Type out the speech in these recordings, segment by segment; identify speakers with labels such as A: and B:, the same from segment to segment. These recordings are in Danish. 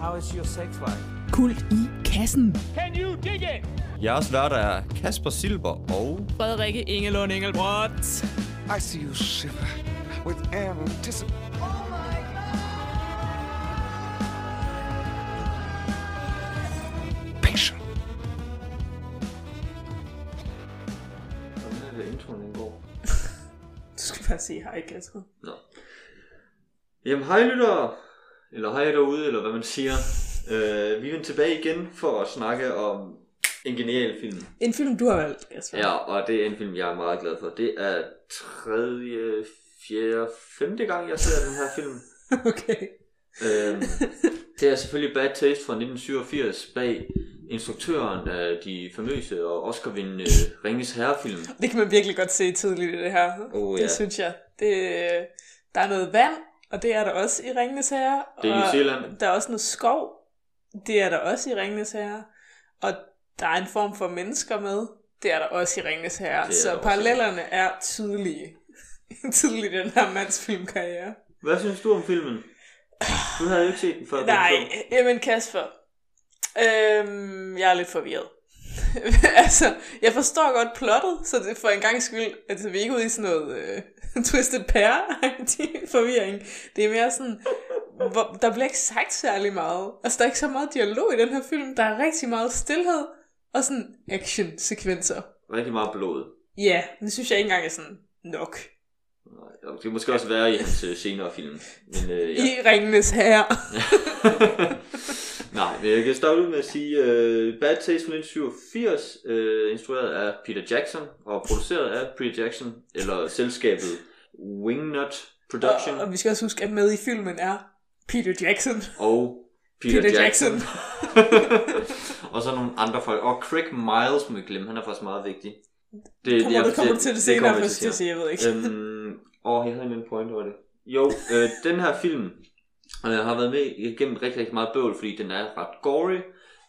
A: How is your sex life?
B: Kult i kassen.
C: Can you dig it?
D: Jeres værter er Kasper Silber og...
B: Frederikke Ingelund Engelbrecht.
E: I see you shiver with anticipation.
A: Hvordan er det, introen den går?
F: Du skal bare sige hej, Kasper.
A: Nå. Jamen, hej lyttere! Eller hej derude, eller hvad man siger. Øh, vi er tilbage igen for at snakke om en genial film.
F: En film, du har valgt, Kasper.
A: Ja, og det er en film, jeg er meget glad for. Det er tredje, fjerde, femte gang, jeg ser den her film.
F: Okay.
A: Øhm, det er selvfølgelig Bad Taste fra 1987 bag instruktøren af de famøse og Oscar-vindende Ringes Herrefilm.
F: Det kan man virkelig godt se tidligt i det her.
A: Oh, ja.
F: Det synes jeg. Det, øh, der er noget vand, og det er der også i Ringenes Herre.
A: Det er i
F: og
A: New Zealand.
F: Der er også noget skov. Det er der også i Ringenes Herre. Og der er en form for mennesker med. Det er der også i Ringenes Herre.
A: Det er der
F: Så
A: også.
F: parallellerne er tydelige. tydelige i den her mands filmkarriere.
A: Hvad synes du om filmen? Du havde jo ikke set den før.
F: Nej,
A: den så.
F: jamen Kasper, øhm, jeg er lidt forvirret. altså, jeg forstår godt plottet, så det for en gang skyld, altså vi er ikke ude i sådan noget øh, twisted pair forvirring. Det er mere sådan, hvor, der bliver ikke sagt særlig meget. Altså, der er ikke så meget dialog i den her film. Der er rigtig meget stillhed og sådan action-sekvenser.
A: Rigtig meget blod.
F: Ja, det synes jeg ikke engang er sådan nok.
A: Nej, og Det kan måske også være i hans øh, senere film. Men, øh, ja.
F: I Ringenes Herre.
A: Nej, men jeg kan starte ud med at sige, uh, Bad Taste fra 1987, uh, instrueret af Peter Jackson, og produceret af Peter Jackson, eller selskabet Wingnut Production,
F: og, og vi skal også huske, at med i filmen er Peter Jackson.
A: og Peter,
F: Peter
A: Peter
F: Jackson.
A: Jackson. og så nogle andre folk. Og Craig Miles, må vi ikke glemme, han er faktisk meget vigtig. Det,
F: Kommer, du kommer til det senere,
A: kommer jeg
F: først til at sige, jeg ved ikke.
A: øhm, og jeg havde en point over det. Jo, øh, den her film øh, har været med igennem rigtig, rigtig meget bøvl, fordi den er ret gory.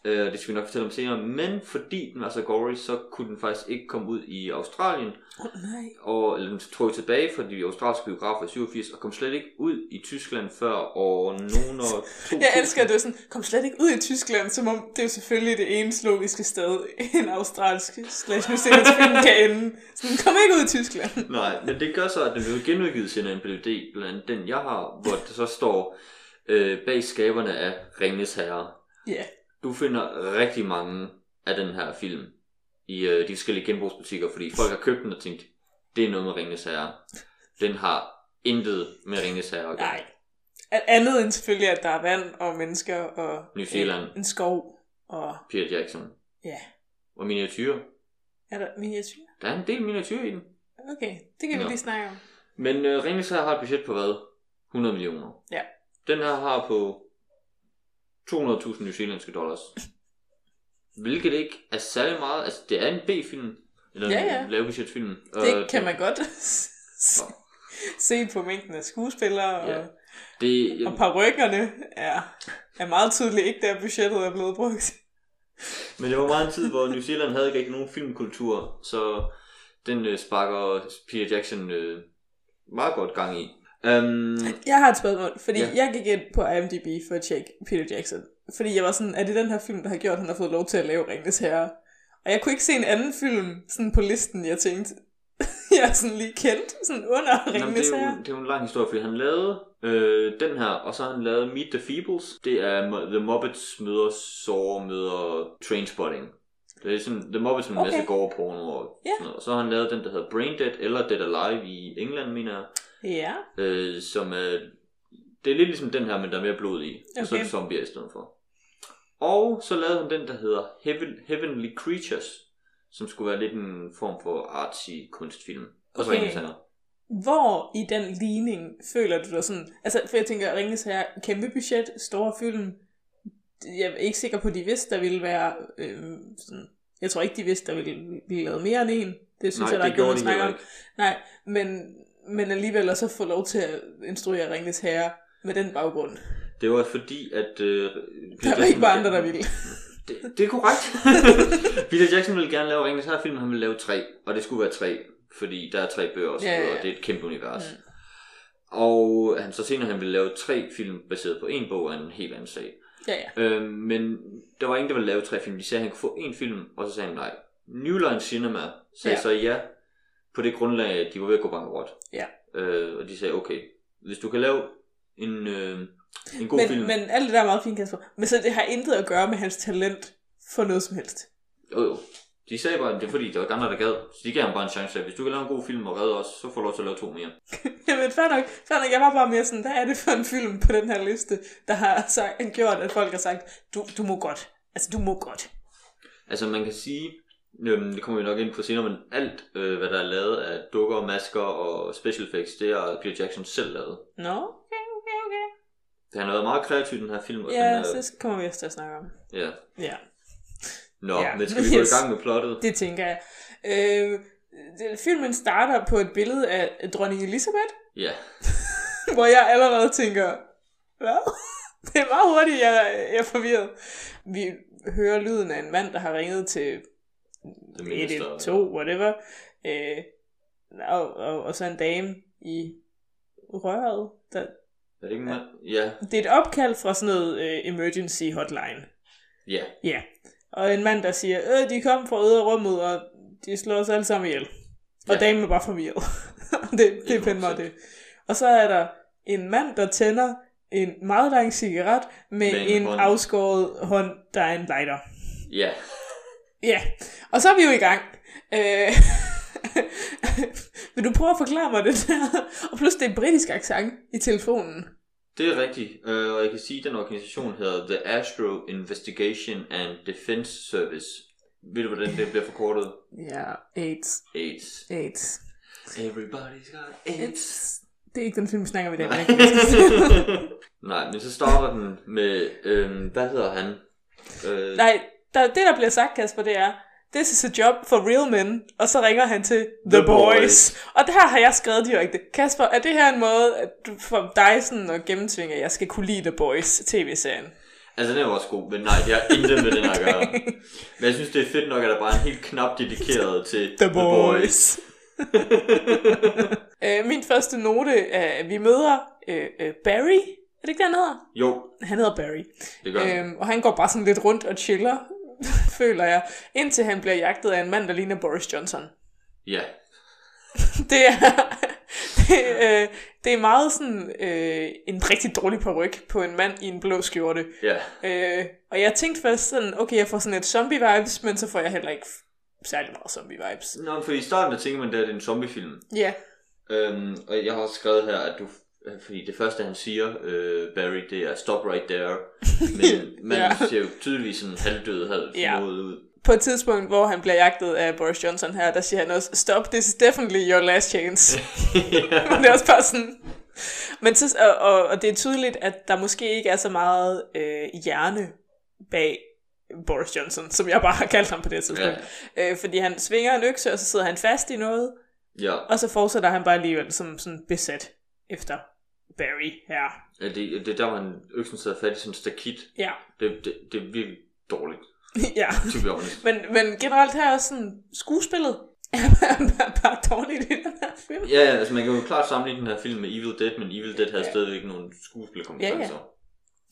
A: Øh, det skal vi nok fortælle om senere. Men fordi den var så gory, så kunne den faktisk ikke komme ud i Australien.
F: Åh, nej.
A: Og eller den tog tilbage fra de australske biografer i 87, og kom slet ikke ud i Tyskland før år nogen år 2000.
F: Jeg elsker, at det er sådan, kom slet ikke ud i Tyskland, som om det er jo selvfølgelig det eneste logiske sted, en australsk slash New Zealandsk film kan ende. Sådan, kom ikke ud i Tyskland.
A: Nej, men det gør så, at den blev genudgivet senere en DVD, blandt andet den jeg har, hvor det så står øh, bag skaberne af Ringes Herre.
F: Ja,
A: Du finder rigtig mange af den her film i øh, de forskellige genbrugsbutikker, fordi folk har købt den og tænkt, det er noget med Ringes Herre. Den har intet med Ringes Herre at gøre.
F: nej. At andet end selvfølgelig, at der er vand og mennesker og
A: New Zealand.
F: en, en skov og
A: Peter Jackson.
F: ja.
A: Og miniatyrer.
F: Er der miniatyr?
A: Der er en del miniatyrer i den.
F: Okay, det kan vi
A: Nå.
F: lige snakke om.
A: Men øh, Ringes Herre har et budget på hvad? 100 millioner.
F: Ja.
A: Den her har på 200.000 new zealandske dollars. Hvilket ikke er særlig meget. Altså, det er en B-film. Eller
F: Ja,
A: en
F: ja.
A: lavbudgetfilm.
F: Det kan man godt se på mængden af skuespillere og...
A: Ja. Det,
F: Og parrykkerne er, er meget tydeligt ikke der budgettet er blevet brugt.
A: men det var meget en tid, hvor New Zealand havde ikke rigtig nogen filmkultur. Så den øh, sparker Peter Jackson øh, meget godt gang i. Um,
F: Jeg har et spørgsmål, fordi
A: Ja.
F: ja. jeg gik ind på IMDb for at tjekke Peter Jackson. Fordi jeg var sådan, er det den her film, der har gjort, at han har fået lov til at lave Ringnes Herre? Og jeg kunne ikke se en anden film sådan på listen, jeg tænkte, jeg er sådan lige kendt sådan under
A: Nå, men det,
F: Ringnes
A: er jo,
F: Herre.
A: det er jo en lang historie, fordi han lavede øh, den her, og så har han lavet Meet the Feebles. Det er Mo- The Muppets møder Saw møder Trainspotting. Det er sådan, The Muppets med okay. en masse
F: Okay.
A: gore porno og
F: Ja.
A: sådan noget. Og så har han lavet den, der hedder Brain Dead, eller Dead Alive i England, mener jeg.
F: Ja,
A: Øh, som er, det er lidt ligesom den her, men der er mere blod i. Okay. Og så er
F: Okay.
A: det zombier i stedet for. Og så lavede han den, der hedder Heaven, Heavenly Creatures, som skulle være lidt en form for artsy kunstfilm. Og så
F: Okay.
A: okay.
F: hvor i den ligning føler du dig sådan... Altså, for jeg tænker, Ringnes Herre, kæmpe budget, store film. Jeg er ikke sikker på, at de vidste, der ville være... Øh, sådan, jeg tror ikke, de vidste, der ville blive lavet mere end en. Det
A: Nej,
F: synes jeg, der
A: det
F: er gjort
A: gjorde
F: at
A: de
F: snakke
A: heller
F: om.
A: ikke.
F: Nej, men, men alligevel at så få lov til at instruere Ringnes Herre med den baggrund.
A: Det var fordi, at... Øh,
F: Der var ikke bare andre, der ville.
A: Det, det er korrekt. Peter Jackson ville gerne lave Ringens Herre-film, han ville lave tre. Og det skulle være tre, fordi der er tre bøger og så
F: Ja, ja,
A: videre, og
F: ja. Mm.
A: det er et kæmpe univers. Og han så senere, han ville lave tre film baseret på en bog af en helt anden sag.
F: Ja, ja.
A: Øh, men der var ingen, der ville lave tre film. De sagde, at han kunne få en film, og så sagde han nej. New Line Cinema sagde
F: Ja.
A: ja. så ja, på det grundlag, at de var ved at gå bankerot.
F: Ja.
A: Øh, og de sagde, okay, hvis du kan lave en, øh, en god
F: men,
A: film...
F: men alt det der er meget fint, Kasper. Men så det har intet at gøre med hans talent for noget som helst.
A: Jo, jo. De sagde bare, at det er fordi, der var ikke andre, der gad. Så de gav ham bare en chance. Hvis du kan lave en god film og redde os, så får du lov til at lave to mere.
F: Jamen, fair nok, fair nok. Jeg var bare mere sådan, hvad er det for en film på den her liste, der har sagt, gjort, at folk har sagt, du, du må godt. Altså, du må godt.
A: Altså man kan sige, øhm, det kommer vi nok ind på senere, men alt, øh, hvad der er lavet af dukker og masker og special effects, det har Peter Jackson selv lavet.
F: Nå, okay, okay, okay.
A: Han har været meget kreativ i den her film. og den
F: Ja,
A: er,
F: så kommer vi også til at snakke om.
A: ja.
F: Ja,
A: Nå,
F: Ja.
A: ja. men skal vi gå
F: Yes.
A: i gang med plottet?
F: det tænker jeg. Øh, det- filmen starter på et billede af dronning Elisabeth,
A: Ja.
F: hvor jeg allerede tænker, hvad? Det er meget hurtigt, jeg, jeg er forvirret. Vi hører lyden af en mand, der har ringet til
A: Det
F: 1, 2, whatever. Øh, og, og, og så en dame i røret. Der,
A: Er det ikke en mand? Ja.
F: det er et opkald fra sådan noget øh, emergency hotline.
A: Ja.
F: Ja. Yeah. Og en mand, der siger, øh, de kom fra yderrummet, og de slår os alle sammen ihjel. Og
A: Ja.
F: damen er bare forvirret. det, det er pænt meget det. Og så er der en mand, der tænder en meget lang cigaret med,
A: Med
F: med en,
A: en
F: en
A: hånd.
F: afskåret hånd, der er en lighter.
A: Ja.
F: Ja, og så er vi jo i gang. Øh... Vil du prøve at forklare mig det der? Og plus det er britisk accent i telefonen.
A: Det er rigtigt, øh, og jeg kan sige, at den organisation hedder The Astro Investigation and Defense Service. Ved du, hvordan det bliver forkortet?
F: Ja, AIDS,
A: AIDS.
F: AIDS,
A: Everybody's got AIDS.
F: AIDS. Det er ikke den film, vi snakker om i dag. men-
A: Nej, men så starter den med, øhm, hvad hedder han? Øh,
F: Nej, der, det der bliver sagt, Kasper, det er, this is a job for real men, og så ringer han til The,
A: The
F: boys.
A: Boys.
F: boys. Og der har jeg skrevet direkte, Kasper, er det her en måde at du, for dig sådan at gennemtvinge, at jeg skal kunne lide The Boys tv-serien?
A: Altså, den er jo også god, men nej, det har intet med den at gøre. Men jeg synes, det er fedt nok, at der bare er en helt knap dedikeret til
F: The Boys. Øh, min første note er, at vi møder øh, øh, Barry. Er det ikke, det, han hedder?
A: Jo,
F: Han hedder Barry.
A: det gør øhm.
F: Øhm, og han går bare sådan lidt rundt og chiller, føler jeg, indtil han bliver jagtet af en mand, der ligner Boris Johnson.
A: Ja,
F: Det er, det, øh, det er meget sådan øh, en rigtig dårlig peruk på en mand i en blå skjorte.
A: ja.
F: Øh, og jeg tænkte først sådan, okay, jeg får sådan lidt zombie-vibes, men så får jeg heller ikke særlig meget zombie-vibes.
A: Nå, men for i starten, der tænker man, at det er en zombiefilm.
F: Ja,
A: Øhm, og jeg har også skrevet her, at du... Fordi det første, han siger, øh, Barry, det er stop right there. Men man
F: Ja.
A: ja. ser jo tydeligvis sådan halvdød, halvdød
F: Ja.
A: ja. ud.
F: på et tidspunkt, hvor han bliver jagtet af Boris Johnson her, der siger han også, stop, this is definitely your last chance. Men det er også bare sådan... Men så, og, og, og det er tydeligt, at der måske ikke er så meget øh, hjerne bag Boris Johnson, som jeg bare har kaldt ham på det tidspunkt. Ja. Øh, fordi han svinger en økse, og så sidder han fast i noget,
A: Ja,
F: og så fortsætter han bare alligevel som sådan besat efter Barry her.
A: Ja, det, det er der, hvor han øksen sidder fat i sådan en stakit.
F: Ja,
A: Det, det, det er virkelig dårligt,
F: ja.
A: to be honest.
F: Men, men generelt her er sådan skuespillet er bare, bare dårligt i den her film.
A: Ja, ja, altså man kan jo klart sammenligne den her film med Evil Dead, men Evil Dead havde ja. stadigvæk nogle skuespillerkompetencer.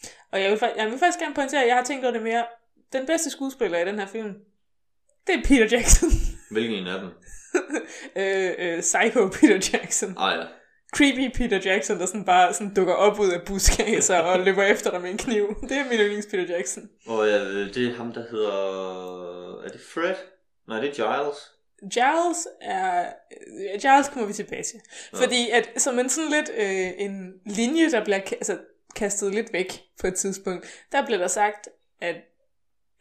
A: Ja,
F: Og jeg vil, fa- jeg vil faktisk gerne pointere, at jeg har tænkt over det mere. Den bedste skuespiller i den her film, det er Peter Jackson.
A: ja. Hvilken en af dem?
F: øh, øh, psycho Peter Jackson.
A: Ah ja.
F: Creepy Peter Jackson, der sådan bare sådan dukker op ud af buskager og løber efter dig med en kniv. Det er min yndlings Peter Jackson.
A: Og øh, det er ham, der hedder... Er det Fred? Nej, det er Giles.
F: Giles er... øh, Giles kommer vi tilbage til. Fordi at som en sådan lidt øh, en linje, der bliver ka- altså, kastet lidt væk på et tidspunkt, der bliver der sagt, at...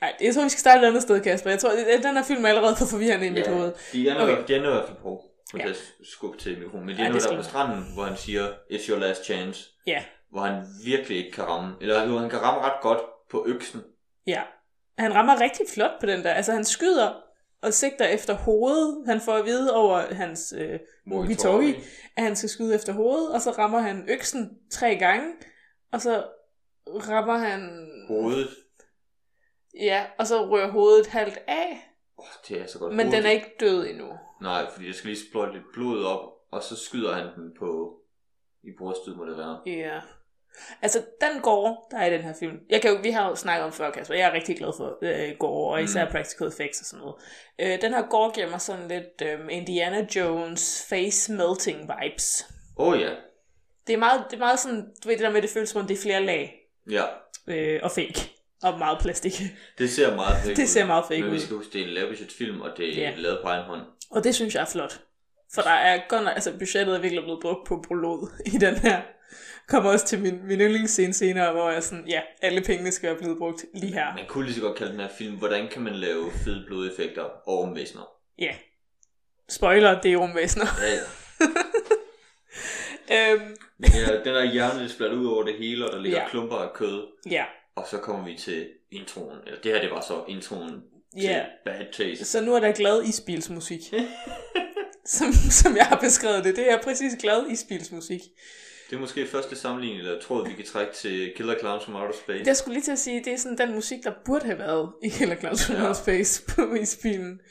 F: Nej, jeg tror, vi skal starte et andet sted, Kasper. Jeg tror, at den her film er allerede for forvirrende i mit hoved.
A: de er nok
F: Okay.
A: okay. de er nok i hvert fald på. Nu kan
F: Ja.
A: jeg skubbe til mikrofonen. Men de
F: Ja,
A: er
F: det
A: nok
F: skal
A: der på
F: du.
A: stranden, hvor han siger, it's your last chance.
F: Ja,
A: Hvor han virkelig ikke kan ramme. Eller jo, han kan ramme ret godt på øksen.
F: ja. Han rammer rigtig flot på den der. Altså, han skyder og sigter efter hovedet. Han får at vide over hans øh, walkie-talkie, at han skal skyde efter hovedet, og så rammer han øksen tre gange, og så rammer han...
A: Hovedet.
F: Ja, og så rører hovedet halvt af,
A: Oh, det er så godt.
F: men den er
A: Hovedet-
F: ikke død endnu.
A: Nej, fordi der skal lige sprøjte lidt blod op, og så skyder han den på i brystet, må det være.
F: Ja. Altså, den gård, der er i den her film. Jeg kan jo, vi har jo snakket om før, Kasper. Jeg er rigtig glad for øh, gårde, og især mm. practical effects og sådan noget. Øh, den her gård giver mig sådan lidt øh, Indiana Jones face melting vibes.
A: Åh oh, ja.
F: Det er meget, det er meget sådan, du ved det der med, det føles som om, det er flere lag
A: Ja.
F: øh, og fake. Og meget plastik.
A: Det ser meget fake
F: Det
A: ud.
F: ser meget fake
A: Men
F: ud.
A: vi skal huske, det er en Lavishets film, og det er
F: Ja.
A: yeah. lavet på egen hånd.
F: Og det synes jeg er flot. For der er godt nok, altså budgettet er virkelig blevet brugt på prolog i den her. Kommer også til min, min yndlingsscene senere, hvor jeg sådan, ja, alle pengene skal være blevet brugt lige her.
A: Man kunne lige så godt kalde den her film, hvordan kan man lave fede blodeffekter og omvæsner?
F: Ja. Spoiler, det er rumvæsener.
A: Ja, ja.
F: øhm,
A: Men ja, den der hjerne er splat ud over det hele, og der ligger
F: Ja.
A: yeah. klumper af kød.
F: ja.
A: Og så kommer vi til introen. Eller det her, det var så introen til
F: Ja.
A: Bad Taste.
F: Så nu er der glad isbilsmusik. som, som jeg har beskrevet det. Det er præcis glad isbilsmusik.
A: Det er måske første sammenligning, eller tråd, vi kan trække til Killer Clowns from Outer Space.
F: Jeg skulle lige til at sige, det er sådan den musik, der burde have været i Hella Claus
A: Ja.
F: ja. Space på isbilen.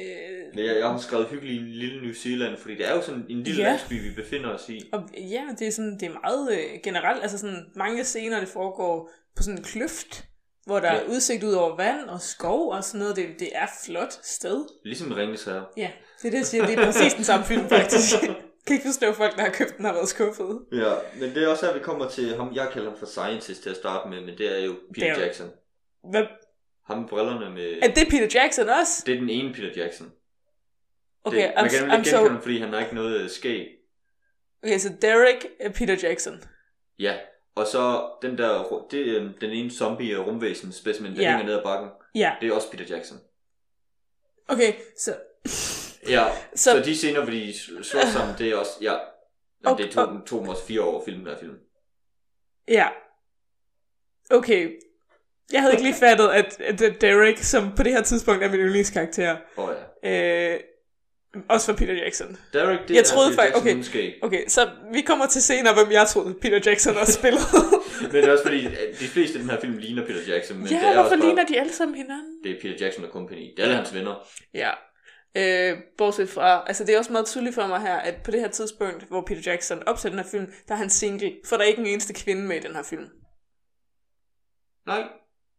F: Øh,
A: Men Jeg, jeg har skrevet hyggelig i en lille New Zealand, fordi det er jo sådan en lille
F: Ja.
A: landsby, vi befinder os i.
F: Og ja, det er sådan, det er meget øh, generelt, altså sådan mange scener, det foregår på sådan en kløft, hvor der
A: Ja.
F: ja. er udsigt ud over vand og skov og sådan noget. Det, det er flot sted.
A: Ligesom Ringes her.
F: Ja, det er det, jeg siger. Det er præcis den samme film, faktisk. Jeg kan ikke forstå, at folk, der har købt den, har været skuffede.
A: Ja, men det er også her, vi kommer til ham. Jeg kalder ham for Scientist til at starte med, men det er jo Peter
F: Det er jo-
A: Jackson.
F: Hvad?
A: Ham med brillerne med...
F: Er det Peter Jackson også?
A: Det er den ene Peter Jackson.
F: Okay,
A: det,
F: I'm,
A: man kan nemlig
F: I'm
A: ikke
F: so...
A: genkende ham, fordi han har ikke noget øh, skæg.
F: Okay, så Derek er Peter Jackson.
A: Ja, og så den der, ru- det, øh, den ene zombie og rumvæsen specimen, der
F: Ja.
A: hænger ned ad bakken.
F: Ja,
A: Det er også Peter Jackson.
F: okay, så...
A: Ja, så,
F: Så-
A: så de scener, hvor de sl- slår sammen, det er også, ja. Jamen,
F: Og-
A: det tog,
F: og-
A: dem- tog dem også fire år at filme den her film.
F: Ja. Okay. Jeg havde ikke lige fattet, at, at Derek, som på det her tidspunkt er min yndlingskarakter,
A: Åh ja.
F: Øh, også for Peter Jackson.
A: Derek, det
F: Jeg
A: er
F: troede
A: Peter
F: fakt-
A: Jackson
F: okay.
A: uden skæg.
F: Okay, så vi kommer til senere, hvem jeg troede Peter Jackson også spillede.
A: Men det er også fordi, at de fleste i den her film ligner Peter Jackson, men det
F: ja,
A: er også
F: hvorfor ligner
A: bare,
F: de alle sammen hinanden?
A: det er Peter Jackson og company. Det er alle hans venner.
F: Ja. Øh, bortset fra, altså det er også meget tydeligt for mig her, at på det her tidspunkt, hvor Peter Jackson opsætter den her film, der er han single, for der er ikke en eneste kvinde med i den her film.
A: Nej,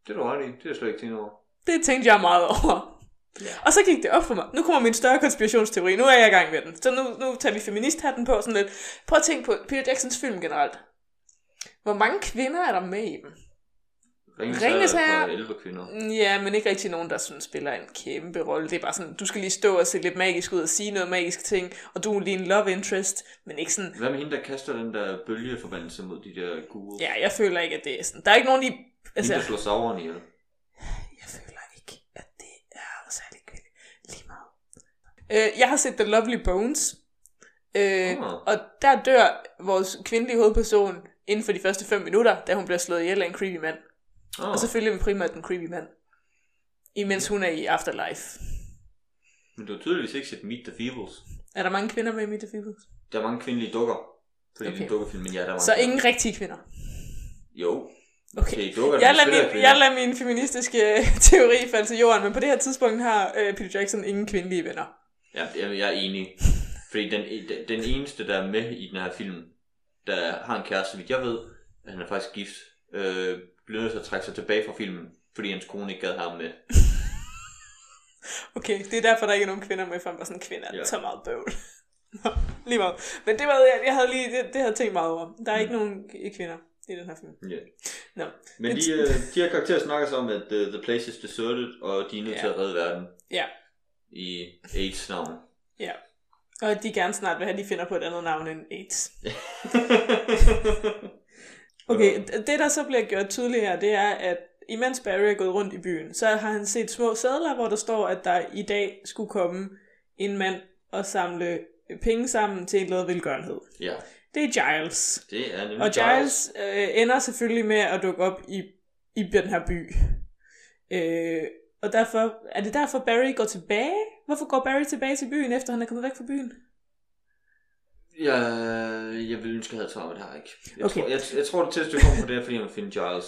A: det er du ret i. Det er jeg slet ikke tænkt over.
F: Det tænkte jeg meget over. Og så gik det op for mig. Nu kommer min større konspirationsteori. Nu er jeg i gang med den. Så nu, nu tager vi feministhatten på sådan lidt. Prøv at tænke på Peter Jacksons film generelt. Hvor mange kvinder er der med i dem?
A: Ringes,
F: Ringenes
A: er
F: Herre-
A: for 11 kvinder.
F: Ja, men ikke rigtig nogen, der sådan spiller en kæmpe rolle. Det er bare sådan, du skal lige stå og se lidt magisk ud og sige noget magisk ting, og du er lige en love interest, men ikke sådan...
A: Hvad med hende, der kaster den der bølgeforbandelse mod de der gule?
F: Ja, jeg føler ikke, at det er sådan... Der er ikke nogen, i...
A: Hende,
F: Altså, jeg,
A: der slår sauren ihjel.
F: jeg føler ikke, at det er særlig kvindeligt. Lige meget. Øh, jeg har set The Lovely Bones, øh,
A: Ah.
F: og der dør vores kvindelige hovedperson inden for de første 5 minutter, da hun bliver slået ihjel af en creepy mand.
A: Oh,
F: Og selvfølgelig primært den creepy mand. Imens hun er i Afterlife.
A: Men du har tydeligvis ikke set Meet the Feebles.
F: Er der mange kvinder med i Meet the Feebles?
A: Der er mange kvindelige dukker. Fordi okay. det er
F: Okay.
A: en dukkefilm, men ja, der er mange.
F: Så ingen rigtige kvinder.
A: Jo.
F: Okay.
A: Okay, dukker,
F: Jeg
A: men
F: lader,
A: spiller
F: min,
A: kvinder.
F: jeg lader min feministiske øh, teori falde til jorden, men på det her tidspunkt har øh, Peter Jackson ingen kvindelige venner.
A: Ja, jeg, jeg er enig. Fordi den, den- den eneste, der er med i den her film, der har en kæreste, så vidt jeg ved, at han er faktisk gift, øh, blev nødt til at trække sig tilbage fra filmen, fordi hans kone ikke gad ham med.
F: Okay, det er derfor, der ikke er nogen kvinder med, for han var sådan, kvinder
A: Ja.
F: ja. så meget bøvl. Nå, lige meget. Men det var, jeg, jeg havde lige, det, det havde jeg tænkt meget over. Der er mm. ikke nogen k- kvinder i den her film.
A: Ja.
F: Nå.
A: Men de, øh, de her karakterer snakker så om, at uh, the place is deserted, og de er nødt ja.
F: Ja.
A: til at redde verden
F: Ja,
A: i AIDS navn.
F: ja. Og at de gerne snart vil have, at de finder på et andet navn end AIDS. Okay, d- det der så bliver gjort tydeligt her, det er, at imens Barry er gået rundt i byen, så har han set små sædler, hvor der står, at der i dag skulle komme en mand og samle penge sammen til en lavet velgørenhed.
A: ja,
F: Det er Giles.
A: det er nemlig
F: Og Giles øh, ender selvfølgelig med at dukke op i, i den her by. Øh, og derfor, er det derfor Barry går tilbage? Hvorfor går Barry tilbage til byen, efter han er kommet væk fra byen?
A: Ja, jeg ville ønske, jeg havde svaret, men det har jeg ikke. Jeg,
F: Okay.
A: tror, jeg, jeg tror, det tætteste, jeg kommer på det, er, fordi jeg vil finde Giles.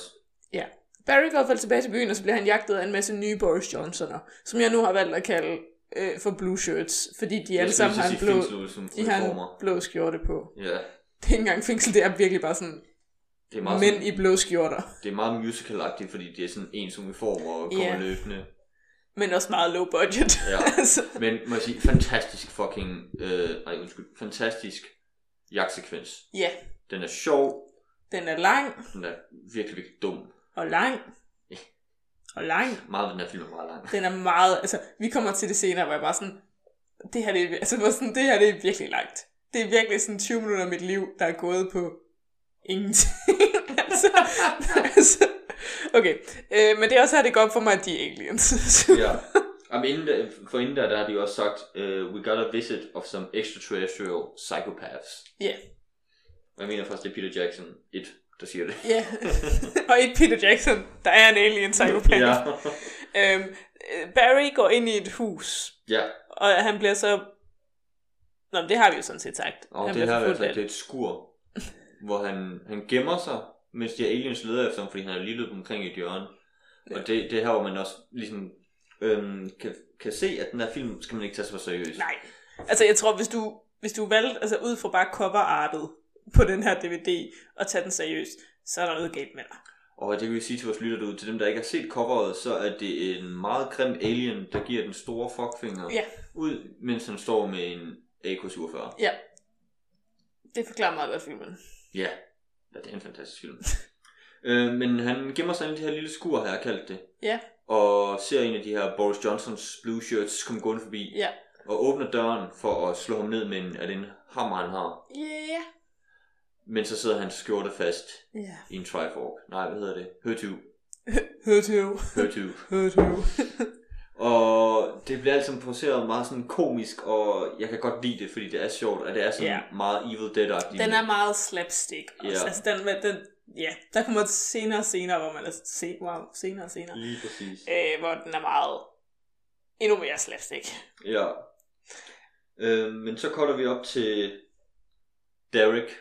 F: Ja. Barry går i hvert fald tilbage til byen, og så bliver han jagtet af en masse nye Boris Johnsoner, som jeg nu har valgt at kalde øh, for blue shirts, fordi de alle sammen har en blå,
A: som
F: de har en blå skjorte på.
A: Ja,
F: Det er ikke engang fængsel, det er virkelig bare sådan
A: Det er meget,
F: Mænd
A: sådan,
F: i blå skjorter.
A: det er meget musical-agtigt, fordi det er sådan ens uniform og kommer
F: Ja.
A: løbende.
F: Men også meget low budget.
A: Ja.
F: altså,
A: Men må jeg sige, fantastisk fucking... Øh, nej, undskyld. Fantastisk jagtsekvens.
F: ja,
A: Den er sjov.
F: den er lang
A: Den er virkelig, virkelig dum.
F: og lang. Og lang.
A: Meget af den her film er meget lang.
F: Den er meget, altså, vi kommer til det senere, hvor jeg bare sådan, det her, det er, altså, hvor sådan, det her, det er virkelig langt. Det er virkelig sådan 20 minutter af mit liv, der er gået på ingenting. altså, altså, okay, øh, men det er også her, det går op for mig, at de er aliens.
A: Ja. Jamen, inden der, for inden der, der har de jo også sagt, uh, we got a visit of some extraterrestrial psychopaths.
F: Ja,
A: Og jeg mener faktisk, det er Peter Jackson 1, der siger det.
F: ja. Og et Peter Jackson, der er en alien psykopat.
A: ja.
F: Øhm, øh, Barry går ind i et hus,
A: ja.
F: og han bliver så... Nå, men det har vi jo sådan set sagt.
A: Og
F: han
A: det
F: bliver
A: her er
F: forfulgt
A: altså,
F: af-
A: det er et skur, hvor han, han gemmer sig, mens de her aliens leder efter ham, fordi han er lige løbet omkring i et hjørne. Og det, det er her, hvor man også ligesom øhm, kan, kan se, at den her film skal man ikke tage så seriøst.
F: Nej. Altså, jeg tror, hvis du, hvis du valgte, altså ud fra bare coverartet på den her DVD, og tage den seriøst, så er der noget galt med dig.
A: Og det kan vi sige til vores lytter derude, til dem, der ikke har set coveret, så er det en meget grim alien, der giver den store fuckfinger
F: Ja.
A: ud, mens han står med en AK-47.
F: Ja. Det forklarer meget godt filmen.
A: Ja, ja det er en fantastisk film. øh, men han gemmer sig inde i det her lille skur, har jeg kaldt det,
F: Ja,
A: og ser en af de her Boris Johnsons blue shirts komme gående forbi,
F: ja.
A: og åbner døren for at slå ham ned med en, er det en hammer, han har.
F: Ja.
A: Men så sidder hans skjorte fast
F: Ja.
A: i en trifork. Nej, hvad hedder det? Hørtyv.
F: Hør til.
A: Hørtyv.
F: Hør til.
A: Og det bliver altid produceret meget sådan komisk, og jeg kan godt lide det, fordi det er sjovt, og det er sådan
F: Ja.
A: meget Evil Dead-agtigt.
F: Den er meget slapstick også.
A: Ja.
F: Ja. Altså, den, den, ja, der kommer et senere og senere, hvor man er se, wow, senere og senere,
A: Lige præcis.
F: øh, hvor den er meget endnu mere slapstick.
A: Ja. Øh, men så cutter vi op til Derek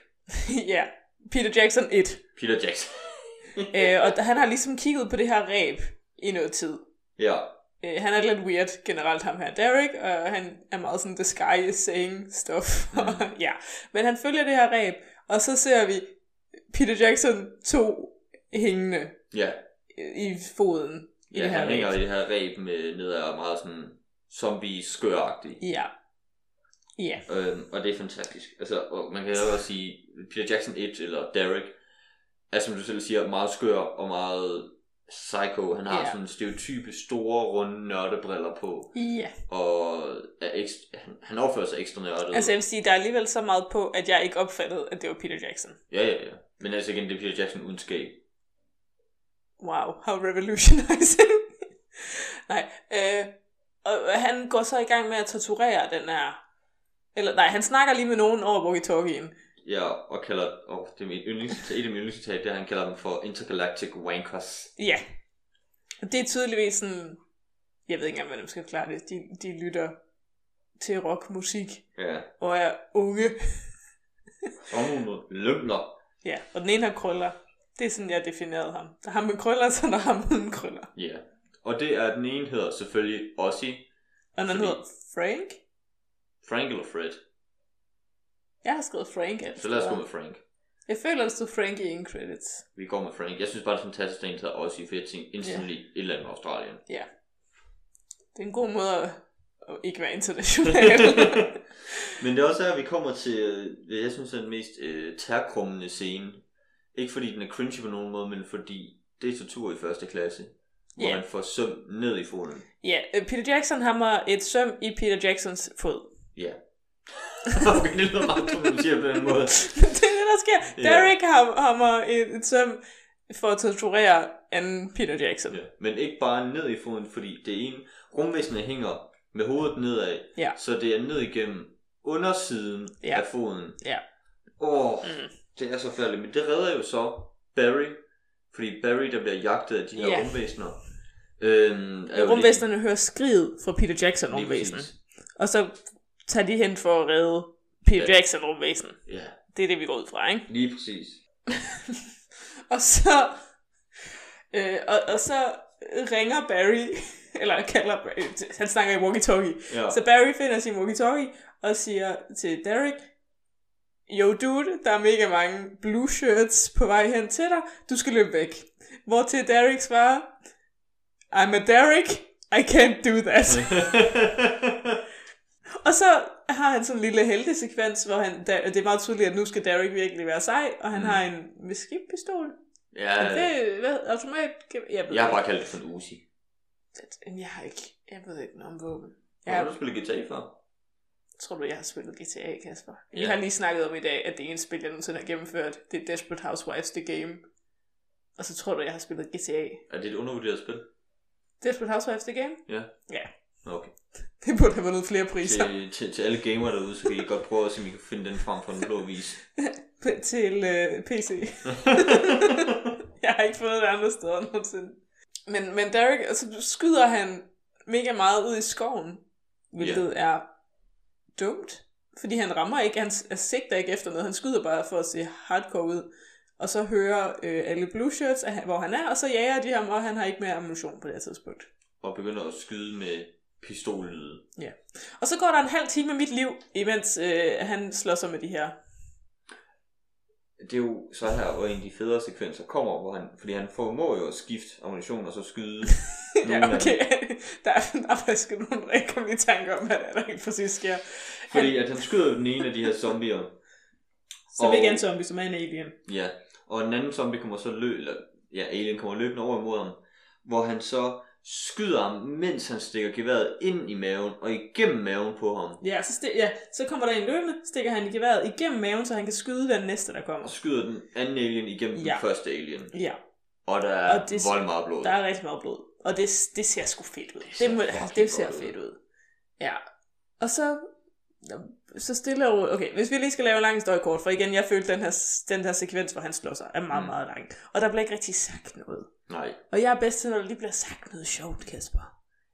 F: ja, Peter Jackson 1.
A: Peter Jackson.
F: øh, og han har ligesom kigget på det her ræb i noget tid.
A: ja.
F: Øh, han er lidt weird generelt, ham her Derek, og han er meget sådan, the sky is saying stuff. Mm. ja. Men han følger det her ræb, og så ser vi Peter Jackson 2 hængende
A: Ja.
F: øh, i foden i
A: ja
F: det her
A: han hænger
F: ræb.
A: i det her ræb med nedad og meget sådan zombie skøragtigt
F: Ja. Ja.
A: øhm, og det er fantastisk. Altså, og man kan jo også sige, Peter Jackson 1 eller Derek er, som du selv siger, meget skør og meget psycho. Han har
F: Ja.
A: yeah. sådan stereotype store, runde nørdebriller på,
F: Ja.
A: og er ekstra, han, han opfører sig ekstra nørdet.
F: Altså jeg vil sige, der er alligevel så meget på, at jeg ikke opfattede, at det var Peter Jackson.
A: Ja, ja, ja. Men altså igen, det er Peter Jackson uden skæg.
F: Wow, how revolutionizing. nej, øh, og han går så i gang med at torturere den her... Eller nej, han snakker lige med nogen over walkie-talkie'en.
A: Ja, og kalder, og det er mit yndlingscitat, et af mine yndlingscitat, det er, at han kalder dem for intergalactic wankers.
F: Ja. Og Det er tydeligvis sådan... Jeg ved ikke engang, hvordan man skal klare det. De, de lytter til rockmusik
A: Ja.
F: og er unge.
A: Og nogle lømler.
F: Ja, og den ene har krøller. Det er sådan, jeg definerede ham. Der er ham med krøller, så der er ham uden krøller.
A: Ja. Og det er, den ene hedder selvfølgelig Ozzy,
F: Og den
A: Fordi-
F: hedder Frank.
A: Frank eller Fred.
F: Jeg har skrevet Frank. alle
A: Så lad os gå
F: steder.
A: med Frank.
F: Jeg føler, der stod Frank i ingen credits.
A: Vi går med Frank. Jeg synes bare, det er fantastisk, at en hedder Ozzy, for jeg tænkte instantly yeah. et eller andet med Australien.
F: Ja. Det er en god måde at, at ikke være international.
A: Men det er også her, vi kommer til, øh, hvad jeg synes er den mest øh, tærkrummende scene. Ikke fordi den er cringy på nogen måde, men fordi det er tortur i første klasse, hvor
F: Ja.
A: yeah. man får søm ned i foden.
F: ja, øh, Peter Jackson hammer et søm i Peter Jacksons fod.
A: Ja. okay, det lyder meget dumt, når du siger det på den måde.
F: det er det, der
A: Ja.
F: sker. Derek ham, hammer et, et søm for at torturere anden Peter Jackson.
A: Ja. Men ikke bare ned i foden, fordi det ene rumvæsenet hænger med hovedet nedad,
F: Ja.
A: så det er ned igennem undersiden
F: Ja.
A: af foden.
F: Ja.
A: Åh, oh, mm. det er så færdigt. Men det redder jo så Barry, fordi Barry, der bliver jagtet af de her
F: Ja.
A: rumvæsener, øhm, er jo
F: Rumvæsenerne hører skriget fra Peter Jackson
A: lige- lige
F: rumvæsen.
A: præcis.
F: Og så tager de hen for at redde Peter
A: Ja.
F: Jackson rumvæsen.
A: Ja,
F: Det er det, vi går ud fra, ikke?
A: lige præcis.
F: Og så, øh, og, og så ringer Barry, eller kalder Barry, han snakker i walkie-talkie.
A: Ja.
F: Så Barry finder sin walkie-talkie og siger til Derek, Yo dude, der er mega mange blue shirts på vej hen til dig. Du skal løbe væk. Hvor til Derek svarer, I'm a Derek, I can't do that. Og så har han sådan en lille heltesekvens, hvor han, der, det er meget tydeligt, at nu skal Derek virkelig være sej, og han mm. har en meskinpistol.
A: ja,
F: Det hvad, automat... Jeg, ved
A: jeg har
F: ikke.
A: bare kaldt det for en Uzi.
F: Jeg har ikke... Jeg ved ikke noget om våben.
A: Hvad har
F: Jeg
A: du spillet guitar for?
F: tror du, jeg har spillet GTA, Kasper? Vi
A: Ja.
F: har lige snakket om i dag, at det ene spil, jeg nogensinde har gennemført, det er Desperate Housewives The Game. Og så tror du, jeg har spillet GTA.
A: Er det et undervurderet spil?
F: Desperate Housewives The Game?
A: Ja.
F: Ja.
A: Nå, Okay.
F: Det burde have vundet flere priser.
A: Til, til, til alle gamere derude, så kan I godt prøve at se, om I kan finde den frem for en blå vis.
F: P- til øh, PC. jeg har ikke fået det andre steder nogensinde. Men, men Derek, altså, skyder han mega meget ud i skoven, hvilket er dumt, fordi han rammer ikke, han, s- han sigter ikke efter noget, han skyder bare for at se hardcore ud, og så hører øh, alle blue shirts, at han- hvor han er, og så jager de ham, og han har ikke mere ammunition på det her tidspunkt.
A: Og begynder at skyde med pistollyde.
F: Ja. Og så går der en halv time af mit liv, imens øh, han slår sig med de her.
A: Det er jo så her, hvor en af de federe sekvenser kommer, hvor han, fordi han formår jo at skifte ammunition og så skyde nogle af
F: Ja,
A: dem.
F: okay. Der er, der er faktisk nogle, der ikke kommer i tanke om, hvad der, er, der ikke præcis sker.
A: Fordi at han skyder jo den ene af de her zombier.
F: Som
A: Og-
F: ikke er en zombie, som er en alien.
A: Ja, og en anden zombie kommer så løb, eller, ja, alien kommer løbende over imod ham, hvor han så skyder ham, mens han stikker geværet ind i maven og igennem maven på ham.
F: Ja, så, sti- ja, så kommer der en løbende, stikker han i geværet igennem maven, så han kan skyde den næste, der kommer.
A: Og skyder den anden alien igennem
F: Ja.
A: den første alien.
F: Ja,
A: Og der er
F: Og det-
A: vold meget blod.
F: der er rigtig meget blod. Og det, det ser sgu fedt ud.
A: ser
F: Det, må,
A: fucking
F: det ser
A: godt ud.
F: fedt ud. Ja. Og så, så stille og roligt. Okay, hvis vi lige skal lave en lang historie kort, for igen, jeg følte, den her, den her sekvens, hvor han slår sig, er meget,
A: Mm.
F: meget lang. Og der bliver ikke rigtig sagt noget.
A: Nej,
F: Og jeg er bedst til, når der lige bliver sagt noget sjovt, Kasper.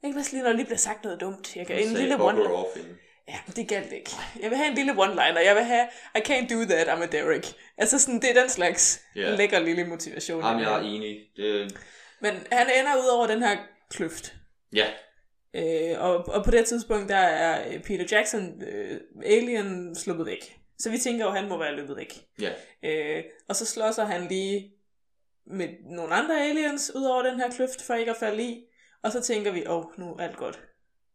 F: Jeg kan bedst lige, når der lige bliver sagt noget dumt. Jeg kan en
A: sagde
F: lille
A: Bobber
F: one
A: off inden.
F: Ja, men det galt ikke. Jeg vil have en lille one-liner. Jeg vil have, I can't do that, I'm a Derek. Altså sådan, det er den slags
A: Ja.
F: yeah. lækker lille motivation.
A: Jamen, jeg er enig. Det,
F: Men han ender ud over den her kløft.
A: ja,
F: Øh, og, og på det tidspunkt, der er øh, Peter Jackson, øh, alien, sluppet væk. Så vi tænker jo, han må være løbet væk.
A: ja.
F: Øh, og så slår sig han lige med nogle andre aliens ud over den her kløft, for ikke at falde i. Og så tænker vi, åh, oh, nu er alt godt.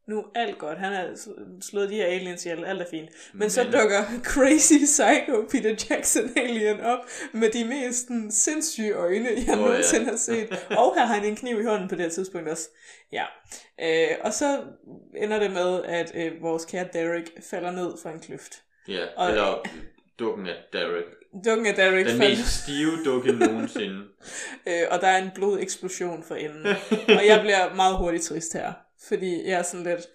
F: Nu er alt godt. Han har sl- slået de her aliens ihjel. Alt er fint. Men, Men så
A: Men-
F: dukker crazy psycho Peter Jackson alien op med de mest sådan, sindssyge øjne, jeg
A: Åh, ja.
F: oh, nogensinde har set. Og her har han en kniv i hånden på det her tidspunkt også. Ja. Øh, og så ender det med, at øh, vores kære Derek falder ned fra en kløft.
A: ja.
F: Og-
A: Eller dukken af Derek.
F: Dukken af Derek
A: Den
F: faldt-
A: mest stive dukke nogensinde.
F: Øh, og der er en blodeksplosion for enden. og jeg bliver meget hurtigt trist her. Fordi jeg er sådan lidt...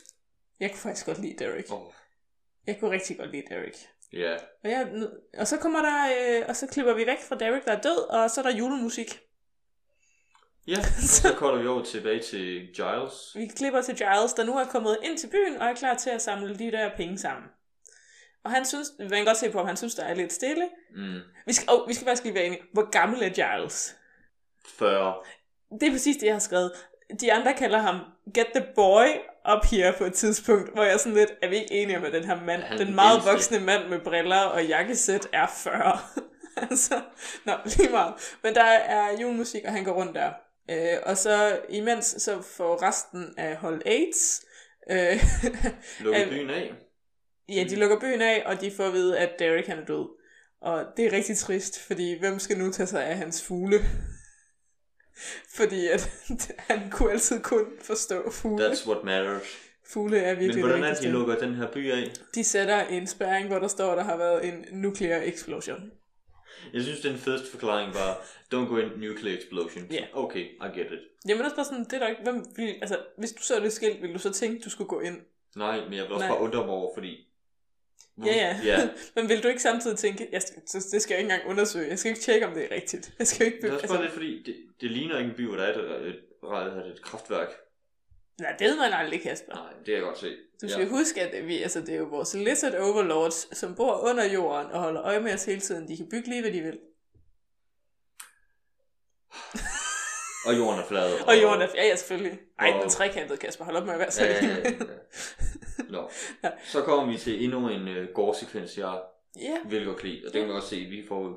F: Jeg kunne faktisk godt lide Derek.
A: Åh,
F: Jeg kunne rigtig godt lide Derek.
A: Ja,
F: Og, jeg, og så kommer der... Øh, og så klipper vi væk fra Derek, der er død. Og så er der julemusik.
A: ja. Og så kolder vi over tilbage til Giles.
F: Vi klipper til Giles, der nu er kommet ind til byen. Og er klar til at samle de der penge sammen. Og han synes... Man kan godt se på, om han synes, der er lidt stille.
A: Mm.
F: Vi skal, oh, vi skal faktisk lige være enige. Hvor gammel er Giles?
A: 40.
F: Det er præcis det, jeg har skrevet. De andre kalder ham Get the Boy op her på et tidspunkt, hvor jeg er sådan lidt, er vi ikke enige om, at den her mand,
A: Ja, han er
F: den
A: den
F: meget
A: ældste.
F: voksne mand med briller og jakkesæt er 40. altså, nå, lige meget. Men der er julemusik, og han går rundt der. Øh, og så imens, så får resten af hold AIDS, øh,
A: Lukker
F: Øh,
A: byen af.
F: ja, de lukker byen af, og de får at vide, at Derek han er død. Og det er rigtig trist, fordi hvem skal nu tage sig af hans fugle? fordi at, han kunne altid kun forstå fugle.
A: That's what matters.
F: Fugle er virkelig
A: Men hvordan
F: det
A: er det, de
F: vigtigste.
A: lukker den her by af?
F: De sætter en spærring, hvor der står, der har været en nuklear explosion.
A: Jeg synes, den fedeste forklaring var, don't go in nuclear explosion.
F: Ja.
A: Okay, I get it.
F: Jamen også bare sådan, det er der ikke, hvem vil, altså, hvis du så det skilt, ville du så tænke, du skulle gå ind.
A: Nej, men jeg vil også
F: Nej.
A: bare undre mig over, fordi... Hvor-
F: Ja, ja.
A: ja.
F: Men vil du ikke samtidig tænke, jeg skal, så det skal jeg ikke engang undersøge, jeg skal ikke tjekke, om det er rigtigt. Jeg skal jo ikke... altså,
A: Det er
F: be-
A: også bare lidt, fordi det, det ligner ikke en by, hvor der er et, et, et, et kraftværk.
F: nej, det ved man aldrig, Kasper.
A: Nej, det kan jeg godt se.
F: Du skal ja. huske, at vi, altså, det er jo vores lizard overlords, som bor under jorden og holder øje med os hele tiden. De kan bygge lige, hvad de vil.
A: Og jorden er flad.
F: Og jorden er... Ja, ja, selvfølgelig. Ej,
A: og-
F: den trekantede, Kasper. Hold op med at være så
A: Ja, ja,
F: ja,
A: ja, ja. Nå. Så kommer vi til endnu en øh, gårdsekvens, jeg
F: Ja.
A: virkelig godt lide, og det kan man godt se lige forud.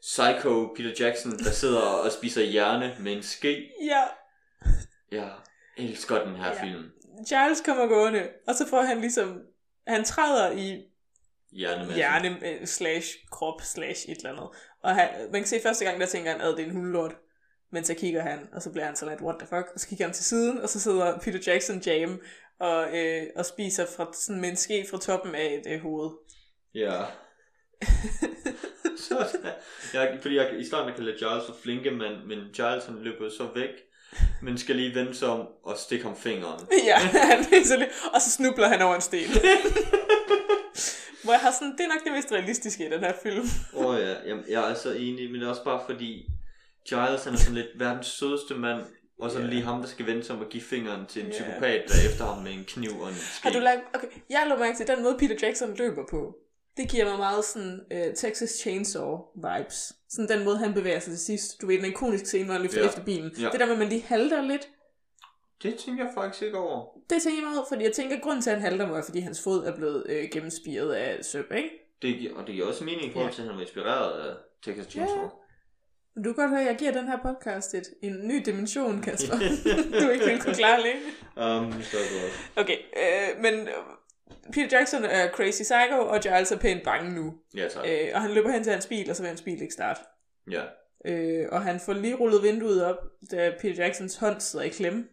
A: Psycho Peter Jackson, der sidder og spiser hjerne med en ske.
F: Ja.
A: Jeg elsker den her
F: Ja.
A: film.
F: Giles kommer gående, og så får han ligesom... Han træder i
A: Hjernemassen.
F: hjerne øh, slash krop slash et eller andet. Og han, man kan se første gang, der tænker han, at det er en hundelort. Men så kigger han, og så bliver han så lidt, what the fuck? Og så kigger han til siden, og så sidder Peter Jackson jam og, øh, og spiser fra, sådan med en ske fra toppen af et øh, hoved.
A: Ja. Sådan. Jeg, fordi jeg, i starten jeg kaldte Giles for flinke, men, men Giles han løber så væk, men skal lige vende sig om og stikke ham fingeren.
F: ja, han er så lidt, og så snubler han over en sten. Hvor jeg har sådan, det er nok det mest realistiske i den her film.
A: Åh oh, ja, Jamen, jeg er så enig, men det er også bare fordi Giles han er sådan lidt verdens sødeste mand, og så er det lige ham, der skal vende sig om og give fingeren til en
F: Ja.
A: psykopat, der er efter ham med en kniv og en ske.
F: Har du lagt, okay, jeg lå mærke til den måde, Peter Jackson løber på. Det giver mig meget sådan øh, Texas Chainsaw vibes. Sådan den måde, han bevæger sig til sidst. Du ved, den ikoniske scene, hvor han løfter
A: Ja.
F: ja. efter bilen.
A: Ja.
F: Ja. Det der med, at man lige halter lidt,
A: Det tænker jeg faktisk ikke over.
F: det tænker jeg meget, fordi jeg tænker, at grunden til, at han halter mig, er, fordi hans fod er blevet øh, gennemspiret af søb, ikke?
A: Det, gi- og det giver også mening i forhold
F: Ja.
A: til, at han var inspireret af Texas Chainsaw.
F: Men Du kan godt høre, at jeg giver den her podcast et, en ny dimension, Kasper. du ikke ville kunne klare længe.
A: Ja. Um, så er det godt.
F: Okay, øh, men øh, Peter Jackson er crazy psycho, og Giles er altså pænt bange nu.
A: Ja, tak.
F: Øh, og han løber hen til hans bil, og så vil hans bil ikke starte.
A: Ja.
F: Øh, og han får lige rullet vinduet op, da Peter Jacksons hånd sidder i klemme.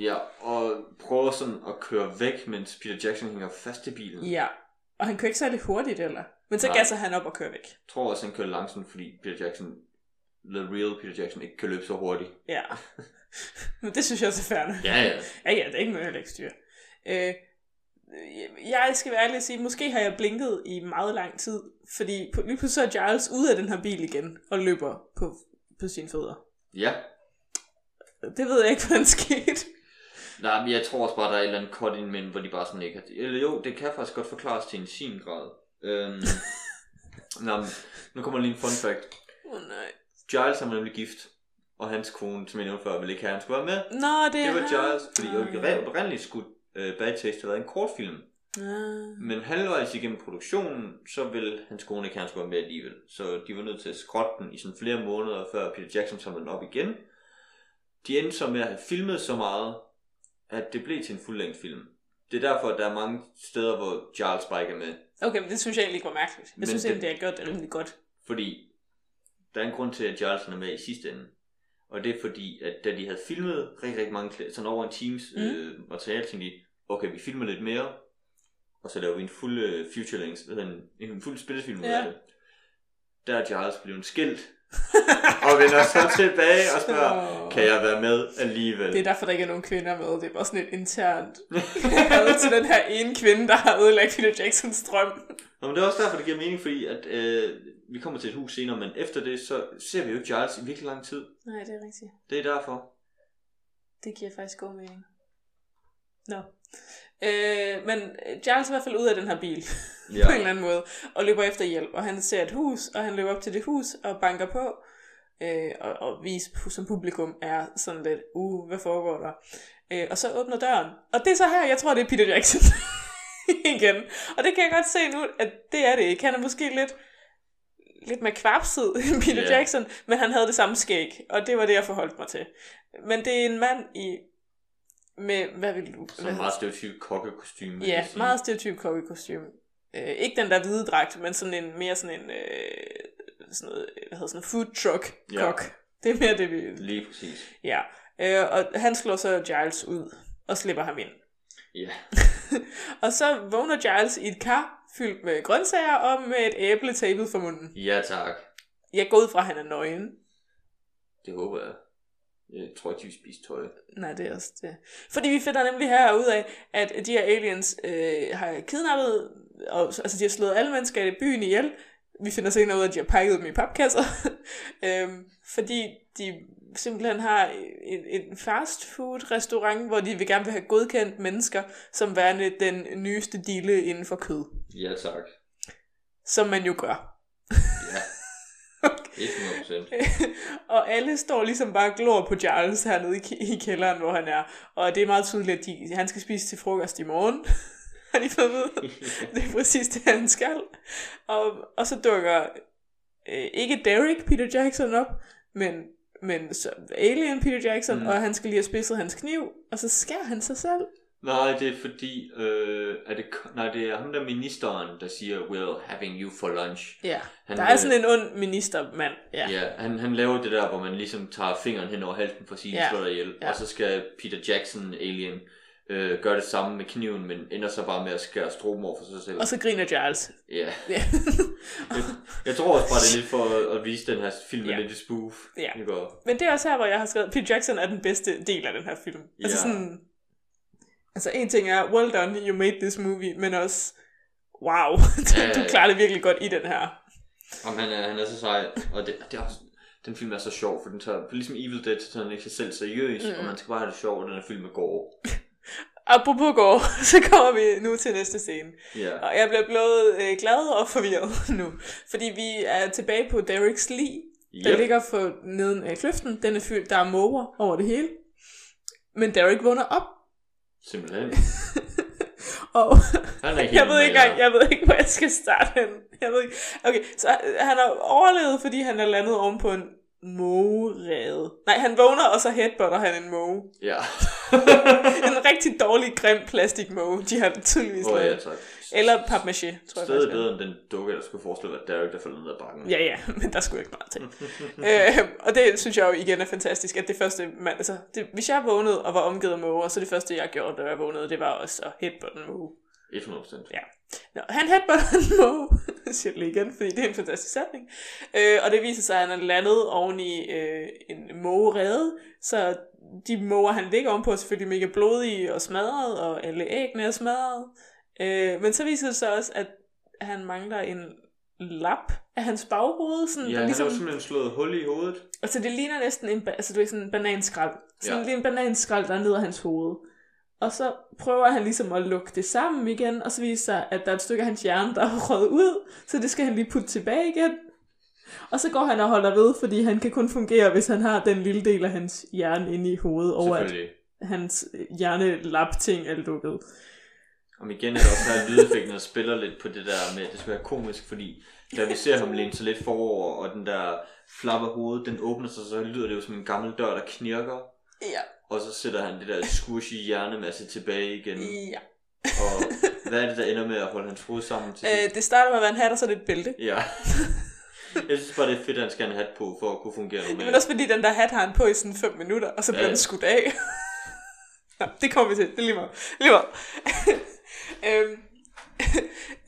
A: Ja, og prøver sådan at køre væk, mens Peter Jackson hænger fast i bilen.
F: Ja. Og han kører ikke særlig hurtigt, eller? Men så
A: Nej.
F: gasser han op og kører væk.
A: Jeg tror også, han kører langsomt, fordi Peter Jackson, the real Peter Jackson, ikke kan løbe så hurtigt.
F: Ja. Men det synes jeg også er fair. nok.
A: Ja, ja.
F: Ja, ja, det er ikke med heller ikke styr. Øh, jeg skal være ærlig og sige, måske har jeg blinket i meget lang tid, fordi på- lige pludselig så er Giles ude af den her bil igen og løber på, på sine fødder.
A: Ja.
F: Det ved jeg ikke, hvordan skete.
A: Nej, men jeg tror også bare, der er et eller andet cut ind mellem, hvor de bare sådan ikke har... Eller jo, det kan faktisk godt forklares til en sin grad. Øhm, Nå, men nu kommer lige en fun fact.
F: Åh oh, nej.
A: Giles er nemlig gift, og hans kone, som jeg nævnte før, ville ikke have, at han skulle være med.
F: Nå, det,
A: Det var
F: er
A: Giles, fordi jeg oprindeligt skulle uh, Bad Taste have været en kortfilm.
F: Ah.
A: Men halvvejs igennem produktionen, så ville hans kone ikke have, han skulle være med alligevel. Så de var nødt til at skrotte den i sådan flere måneder, før Peter Jackson samlede den op igen. De endte så med at have filmet så meget, at det blev til en fuldlængdes film. Det er derfor, at der er mange steder, hvor Charles bare ikke er med.
F: Okay, men det synes jeg egentlig ikke var mærkeligt. Jeg
A: Men
F: men synes
A: det-
F: egentlig, det har gjort det rimelig godt.
A: Fordi der er en grund til, at Charles er med i sidste ende. Og det er fordi, at da de havde filmet rigtig, rigtig mange, kla- sådan over en times mm.
F: Mm.
A: øh, materiale, tænkte de, okay, vi filmer lidt mere, og så laver vi en fuld øh, future length, hvad hedder den, en, en fuld spillefilm ud
F: Ja.
A: af det. Der er Charles blevet skilt, og vender så tilbage og spørger,
F: Åh.
A: kan jeg være med alligevel?
F: Det er derfor, der ikke er nogen kvinder med. Det er bare sådan et internt had til den her ene kvinde, der har ødelagt Peter Jacksons drøm.
A: Nå, men det er også derfor, det giver mening, fordi at, øh, vi kommer til et hus senere, men efter det, så ser vi jo ikke Charles i virkelig lang tid.
F: Nej, det er rigtigt.
A: Det er derfor.
F: Det giver faktisk god mening. Nå. Øh, men Charles er i hvert fald ud af den her bil,
A: Ja.
F: på en eller anden måde, og løber efter hjælp. Og han ser et hus, og han løber op til det hus og banker på. Øh, og, og vi pu- som publikum er sådan lidt, uh, hvad foregår der? Øh, og så åbner døren. Og det er så her, jeg tror, det er Peter Jackson igen. Og det kan jeg godt se nu, at det er det ikke. Han er måske lidt lidt mere kvapset end Peter
A: Ja.
F: yeah. Jackson, men han havde det samme skæg, og det var det, jeg forholdt mig til. Men det er en mand i med, hvad vil du?
A: Sådan
F: hvad-
A: en meget stereotyp kokkekostyme. vil
F: Ja,
A: jeg sige.
F: meget stereotyp kokkekostyme. Øh, ikke den der hvide dragt, men sådan en, mere sådan en øh, sådan noget, hvad hedder sådan en food truck kok.
A: Ja.
F: Det er mere det, vi...
A: Lige præcis.
F: Ja. Øh, og han slår så Giles ud og slipper ham ind.
A: Ja.
F: og så vågner Giles i et kar fyldt med grøntsager og med et æble tabet for munden.
A: Ja, tak.
F: Jeg går ud fra, at han er nøgen.
A: Det håber jeg. Jeg tror ikke, de vil spise tøj.
F: Nej, det er også det. Fordi vi finder nemlig her ud af, at de her aliens øh, har kidnappet, og, altså de har slået alle mennesker i byen ihjel. Vi finder senere ud af, at de har pakket dem i papkasser. øhm, fordi de simpelthen har en, en fast food restaurant, hvor de vil gerne vil have godkendt mennesker, som værende den nyeste dille inden for kød.
A: Ja, tak.
F: Som man jo gør.
A: Ja. 100%.
F: og alle står ligesom bare og glor på Charles hernede i, k- i kælderen, hvor han er. Og det er meget tydeligt, at de, han skal spise til frokost i morgen. har de fået at vide. Det er præcis det, han skal. Og, og så dukker øh, ikke Derek Peter Jackson op, men, men så Alien Peter Jackson, mm. og han skal lige have spidset hans kniv, og så skærer han sig selv.
A: Nej, det er fordi, øh, er det, ko- nej, det er ham der ministeren, der siger, we're having you for lunch.
F: Ja,
A: Han,
F: han, der er
A: øh,
F: sådan en ond ministermand. Ja.
A: Ja, han, han laver det der, hvor man ligesom tager fingeren hen over halsen for at sige,
F: Ja,
A: ja. slå dig ihjel.
F: ja.
A: Ja. Og så skal Peter Jackson, Alien, øh, gøre det samme med kniven, men ender så bare med at skære stroben over for sig selv.
F: Og så griner Giles.
A: Ja.
F: Ja.
A: Jeg tror også bare, det er lidt for at- at vise den her film
F: Ja.
A: ja. lidt i spoof.
F: Ja.
A: Det går.
F: Men det er også her, hvor jeg har skrevet, Peter Jackson er den bedste del af den her film. Ja. Altså
A: Ja.
F: sådan... Altså en ting er, well done, you made this movie, men også, wow,
A: Ja,
F: du,
A: ja,
F: du
A: ja.
F: klarer det virkelig godt i den her.
A: Jamen, han, er, han er så sej, og det, det er også, den film er så sjov, for den tager, ligesom Evil Dead, så tager den ikke sig selv seriøst, mm. og man skal bare have det sjovt, og den her film er god.
F: Apropos går, så kommer vi nu til næste scene.
A: Ja.
F: Og jeg bliver blevet øh, glad og forvirret nu, fordi vi er tilbage på Dereks lig, der
A: Yep.
F: ligger for neden af kløften. Den er fyldt, der er måger over det hele. Men Derek vågner op,
A: Simpelthen.
F: og
A: Han er helt
F: jeg ved ikke
A: normal.
F: engang, jeg ved ikke, hvor jeg skal starte henne. Jeg ved ikke. Okay, så øh, han har overlevet, fordi han er landet oven på en mågerede. Nej, han vågner, og så headbutter han en måge.
A: Ja.
F: En rigtig dårlig, grim plastikmåge, de har tydeligvis
A: Åh oh, ja,
F: lavet.
A: tak.
F: Eller papmaché, tror jeg
A: Stedet
F: faktisk.
A: er bedre end den dukke, der skulle forestille at Derek, der faldt ned ad bakken.
F: Ja, ja, men der skulle ikke meget til. øh, og det synes jeg jo igen er fantastisk, at det første, man, altså, det, hvis jeg vågnede og var omgivet af måger, så det første, jeg gjorde, da jeg vågnede, det var også at headbutte en måge.
A: 100%.
F: Ja. Nå, han headbutter en måge, siger jeg lige igen, fordi det er en fantastisk sætning. Øh, og det viser sig, at han er landet oven i øh, en mågerede, så de måger, han ligger ovenpå, er selvfølgelig mega blodige og smadret, og alle æggene er smadret. Øh, men så viser det sig også, at han mangler en lap af hans baghoved. Sådan,
A: Ja,
F: der
A: han
F: ligesom,
A: har jo simpelthen slået hul i hovedet.
F: Altså det ligner næsten en, ba- altså, du ved, sådan en bananskrald. Sådan
A: Ja.
F: lige en bananskrald, der er ned ad hans hoved. Og så prøver han ligesom at lukke det sammen igen, og så viser sig, at der er et stykke af hans hjerne, der er røget ud, så det skal han lige putte tilbage igen. Og så går han og holder ved, fordi han kan kun fungere, hvis han har den lille del af hans hjerne inde i hovedet, over at
A: Selvfølgelig.
F: hans hjernelap-ting er lukket.
A: Om igen er der også her lydeffekten, der spiller lidt på det der med, at det skal være komisk, fordi da vi ser ham læne sig lidt forover, og den der flapper hovedet, den åbner sig, så lyder det jo som en gammel dør, der knirker.
F: Ja,
A: Og så sætter han det der squishy hjernemasse tilbage igen.
F: ja.
A: Og hvad er det, der ender med at holde hans hoved sammen til sidst?
F: Øh, det starter med at være en hat, og så er det et bælte.
A: Ja. Jeg synes bare, det er fedt, at han skal have en hat på, for at kunne fungere normalt.
F: Men også fordi den der hat har han på i sådan 5 minutter, og så bliver
A: Ja.
F: ja. den skudt af. Nå, det kommer vi til. Det er lige meget. Lige meget. øhm,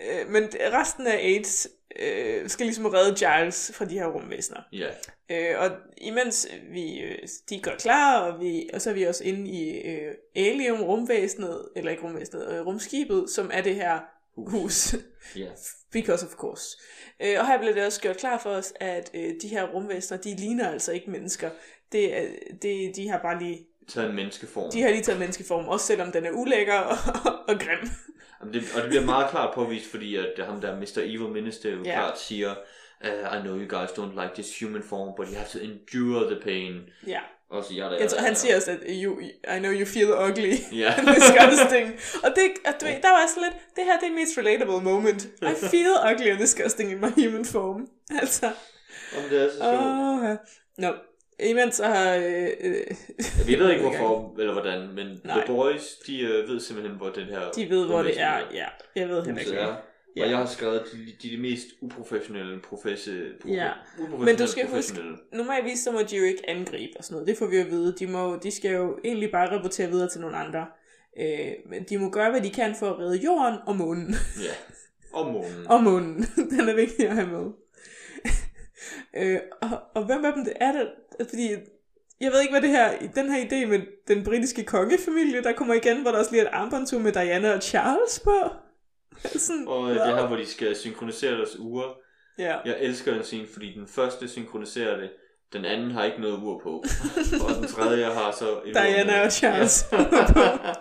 F: øh, men resten af AIDS øh, skal ligesom redde Giles fra de her rumvæsener.
A: Ja.
F: Øh, og imens vi, øh, de går klar, og, vi, og så er vi også inde i øh, Alien rumvæsenet, eller ikke rumvæsenet, øh, rumskibet, som er det her hus.
A: Ja.
F: Because of course. Øh, og her blev det også gjort klar for os, at øh, de her rumvæsener, de ligner altså ikke mennesker. Det, er- det, de har bare lige,
A: Tag en menneskeform.
F: de har lige taget menneskeform, også selvom den er ulækker og, og grim.
A: Jamen, det, og det bliver meget klart påvist, fordi at ham der Mr. Evil Minister jo
F: Ja.
A: yeah. klart siger, uh, I know you guys don't like this human form, but you have to endure the pain.
F: Ja.
A: Og så jeg der.
F: Jeg tror, han siger også, at you, I know you feel ugly.
A: Ja.
F: and disgusting. Og det, og du, ved, der var jeg sådan lidt, det her det er det mest relatable moment. I feel ugly and disgusting in my human form. Altså,
A: Om det er så sjovt. Uh...
F: åh, ja. Nå, imens så har... Øh, øh,
A: Vi ved ikke hvorfor, eller hvordan, men Nej.
F: Nej.
A: The Boys, de øh, ved simpelthen, hvor den her...
F: de ved, hvor det
A: rumvæsen
F: er. Ja, jeg ved heller
A: huset
F: ikke.
A: er.
F: Ja.
A: Og jeg har skrevet, de, de er de mest uprofessionelle professe, profe,
F: Ja.
A: uprofessionelle
F: Men du skal huske,
A: professionelle.
F: normalvis så må de jo ikke angribe og sådan noget. Det får vi jo at vide. De, må, de skal jo egentlig bare rapportere videre til nogle andre. Øh, men de må gøre, hvad de kan for at redde jorden og månen.
A: Ja. Og månen.
F: Og månen. Den er vigtig at have med. øh, og, og hvem af dem det er det? Fordi jeg ved ikke, hvad det her, den her idé med den britiske kongefamilie, der kommer igen, hvor der også lige er et armbåndtur med Diana og Charles på. Sådan,
A: Og øh, det her, hvor de skal synkronisere deres uger.
F: ja.
A: Jeg elsker den scene, fordi den første synkroniserer det, den anden har ikke noget ur på, og den tredje har så... et ur
F: Diana
A: med.
F: og Charles.
A: Ja.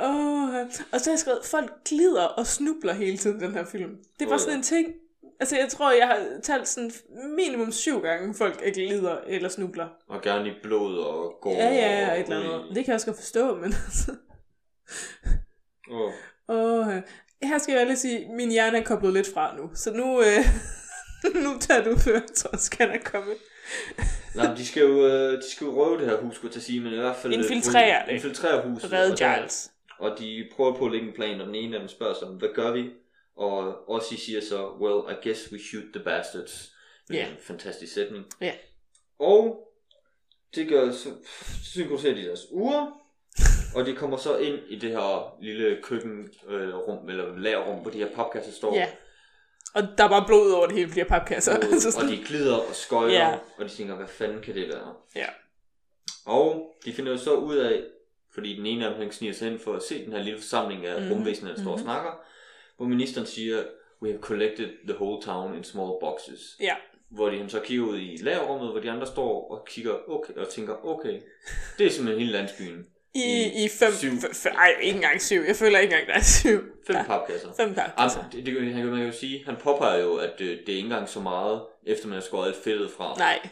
F: Åh, og så har jeg skrevet, folk glider og snubler hele tiden i den her film. Det var
A: Åh,
F: sådan
A: ja.
F: en ting, altså jeg tror, jeg har talt sådan minimum syv gange, folk er glider eller snubler.
A: og gerne i blod og går
F: Ja, ja, ja, et eller
A: og-
F: andet. Det kan jeg også godt forstå, men altså...
A: Åh,
F: Åh, øh. her skal jeg ærligt sige, min hjerne er koblet lidt fra nu. Så nu, øh, nu tager du før, tror jeg, skal der komme.
A: Nej, men de skal jo, øh, de skal jo røve det her hus, kunne jeg til at sige, men i hvert fald... øh,
F: Infiltrere
A: bryde-
F: det.
A: Infiltrere huset.
F: Red
A: og der-
F: Giles.
A: Og de prøver på at lægge en plan, og den ene af dem spørger sig, hvad gør vi? Og Ozzy siger så, well, I guess we shoot the bastards. Det er
F: Ja.
A: En fantastisk sætning.
F: Ja.
A: Og det gør, så synkroniserer de deres uger, og de kommer så ind i det her lille køkkenrum, øh, rum, eller lagerrum, hvor de her papkasser står.
F: Ja. Og der er bare blod over det hele, de her papkasser.
A: Og,
F: så
A: og
F: sådan,
A: de glider og skøjter,
F: Ja.
A: og de tænker, hvad fanden kan det være?
F: Ja.
A: Og de finder jo så ud af, fordi den ene af dem han sniger sig ind for at se den her lille forsamling
F: Mhm.
A: af mm-hmm. rumvæsener, der står og snakker, hvor ministeren siger, we have collected the whole town in small boxes.
F: ja.
A: Hvor de han så kigger ud i lagerummet, hvor de andre står og kigger okay, og tænker, okay, det er simpelthen hele landsbyen.
F: I,
A: I
F: i fem,
A: Mm. syv.
F: f- f- ej, ikke engang syv. Jeg føler ikke engang, der er syv.
A: Fem
F: Ja.
A: papkasser.
F: Fem papkasser.
A: Altså, det, det, han kan man jo sige, han påpeger jo, at øh, det er ikke engang så meget, efter man har skåret alt fedtet fra.
F: Nej.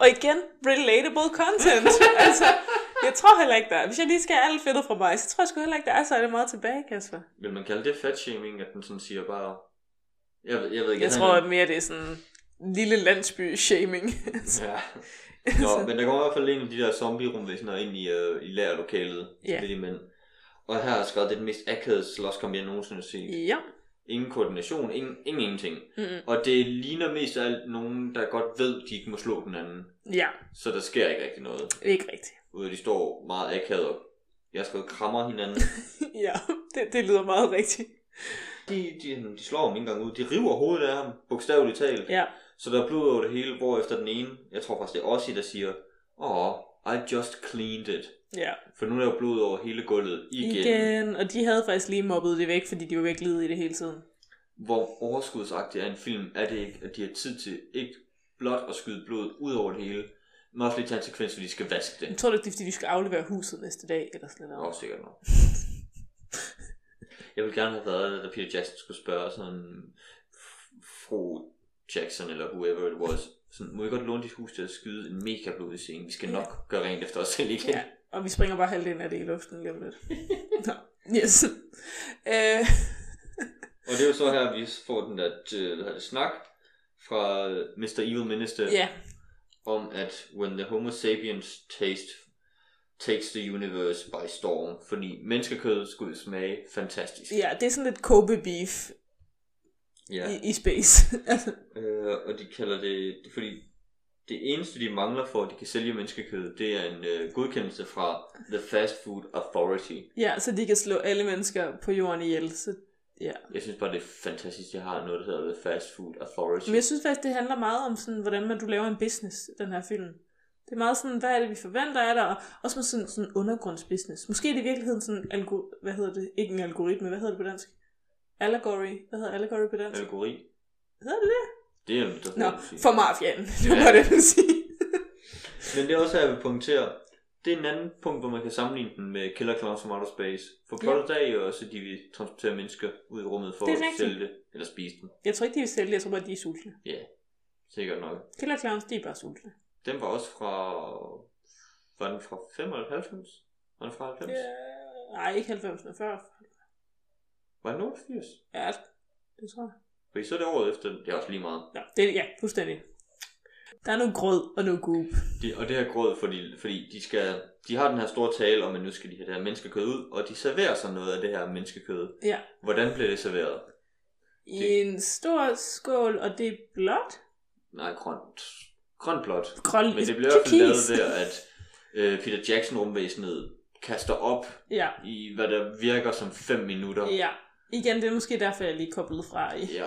F: og igen, relatable content. altså, jeg tror heller ikke, der er. Hvis jeg lige skal have alt fedtet fra mig, så tror jeg sgu heller ikke, der er så er det meget tilbage, Kasper.
A: Vil man kalde det fatshaming, at den sådan siger bare... Jeg, ved- jeg ved ikke,
F: Jeg
A: han
F: tror
A: er-
F: at mere, det er sådan lille landsby-shaming. Altså,
A: Ja. Nå, men der kommer i hvert fald en af de der zombie-rumvæsener ind i, øh, i lagerlokalet.
F: Ja.
A: Ja. Det er de mænd. Og her er skrevet, det er den mest akavede slåskamp, jeg nogensinde har set.
F: ja.
A: Ingen koordination, ingen, ingen ingenting.
F: Mm.
A: Og det ligner mest af alt nogen, der godt ved, de ikke må slå den anden.
F: Ja,
A: Så der sker ikke rigtig noget.
F: ikke rigtigt.
A: Ude de står meget akavet og jeg har skrevet krammer hinanden.
F: Ja, det, det lyder meget rigtigt.
A: De, de, de slår ham ikke engang ud. De river hovedet af ham, bogstaveligt talt.
F: Ja.
A: Så der er blod over det hele, hvor efter den ene, jeg tror faktisk det er Ossie, der siger, åh, I just cleaned it.
F: Ja,
A: For nu er der jo blod over hele gulvet igen, igen.
F: igen. Og de havde faktisk lige mobbet det væk, fordi de var væk lide i det hele tiden.
A: Hvor overskudsagtig er en film, er det ikke, at de har tid til ikke blot at skyde blodet ud over det hele, men også lige tage en sekvens, hvor de skal vaske
F: Jeg
A: det.
F: tror du ikke, det er, fordi de skal aflevere huset næste dag, eller sådan noget.
A: Nå, sikkert nok. Jeg ville gerne have været, der, da Peter Jackson skulle spørge sådan, f- fru Jackson eller whoever it was, sådan, må jeg godt låne dit hus til at skyde en mega blodig scene? Vi skal nok gøre rent efter os selv igen.
F: Ja, og vi springer bare halvdelen af det i luften lige om lidt. Nå, yes. Øh,
A: Og det er jo så her, vi får den der øh, hvad hedder det, snak fra øh, Mr. Evil Minister
F: ja,
A: om, at when the homo sapiens taste takes the universe by storm, fordi menneskekød skulle smage fantastisk.
F: ja, det er sådan lidt Kobe beef
A: ja.
F: i, i space. Altså,
A: Øh, og de kalder det, fordi det eneste, de mangler for, at de kan sælge menneskekød, det er en øh, godkendelse fra The Fast Food Authority.
F: ja, så de kan slå alle mennesker på jorden ihjel. Så, ja.
A: Jeg synes bare, det er fantastisk, at de har noget, der hedder The Fast Food Authority.
F: Men jeg synes faktisk, det handler meget om, sådan, hvordan man, du laver en business, den her film. Det er meget sådan, hvad er det, vi forventer af dig, og også med sådan, sådan undergrundsbusiness. Måske er det i virkeligheden sådan, algo, hvad hedder det, ikke en algoritme, hvad hedder det på dansk? Allegory, hvad hedder allegory på dansk?
A: Algori.
F: Hedder det det?
A: Det er noget, der
F: Nå,
A: hedder det.
F: for mafianen, det
A: Ja.
F: var det, jeg ville sige.
A: Men det er også her, jeg vil punktere. Det er en anden punkt, hvor man kan sammenligne den med Killer Clowns from Outer Space. For plottet ja. er jo også, at de vil transportere mennesker ud i rummet for
F: Det er
A: at
F: rigtigt.
A: sælge det, eller spise den.
F: Jeg tror ikke, de vil sælge det. Jeg tror bare, de er sultne.
A: Ja, sikkert nok.
F: Killer Clowns, de er bare sultne.
A: Den var også fra... Var den fra 95? Var den fra 90? Yeah.
F: Øh, Nej, ikke 90, men 40.
A: Var den 88?
F: Ja, det tror jeg.
A: Fordi så er det året efter, det er også lige meget.
F: Nå, det er, ja, fuldstændig. Der er noget grød og noget goop.
A: De, og det her gråd, fordi, fordi de, skal, de har den her store tale om, at nu skal de have det her menneskekød ud, og de serverer sig noget af det her menneskekød.
F: Ja.
A: Hvordan bliver det serveret?
F: I
A: Det-
F: en stor skål, og det er blåt.
A: Nej, grønt. Grønt blot.
F: Grøn,
A: Men det bliver i hvert fald lavet ved, at øh, Peter Jackson rumvæsenet kaster op
F: Ja,
A: i, hvad der virker som 5 minutter.
F: ja. Igen, det er måske derfor, jeg lige koblet fra i,
A: ja.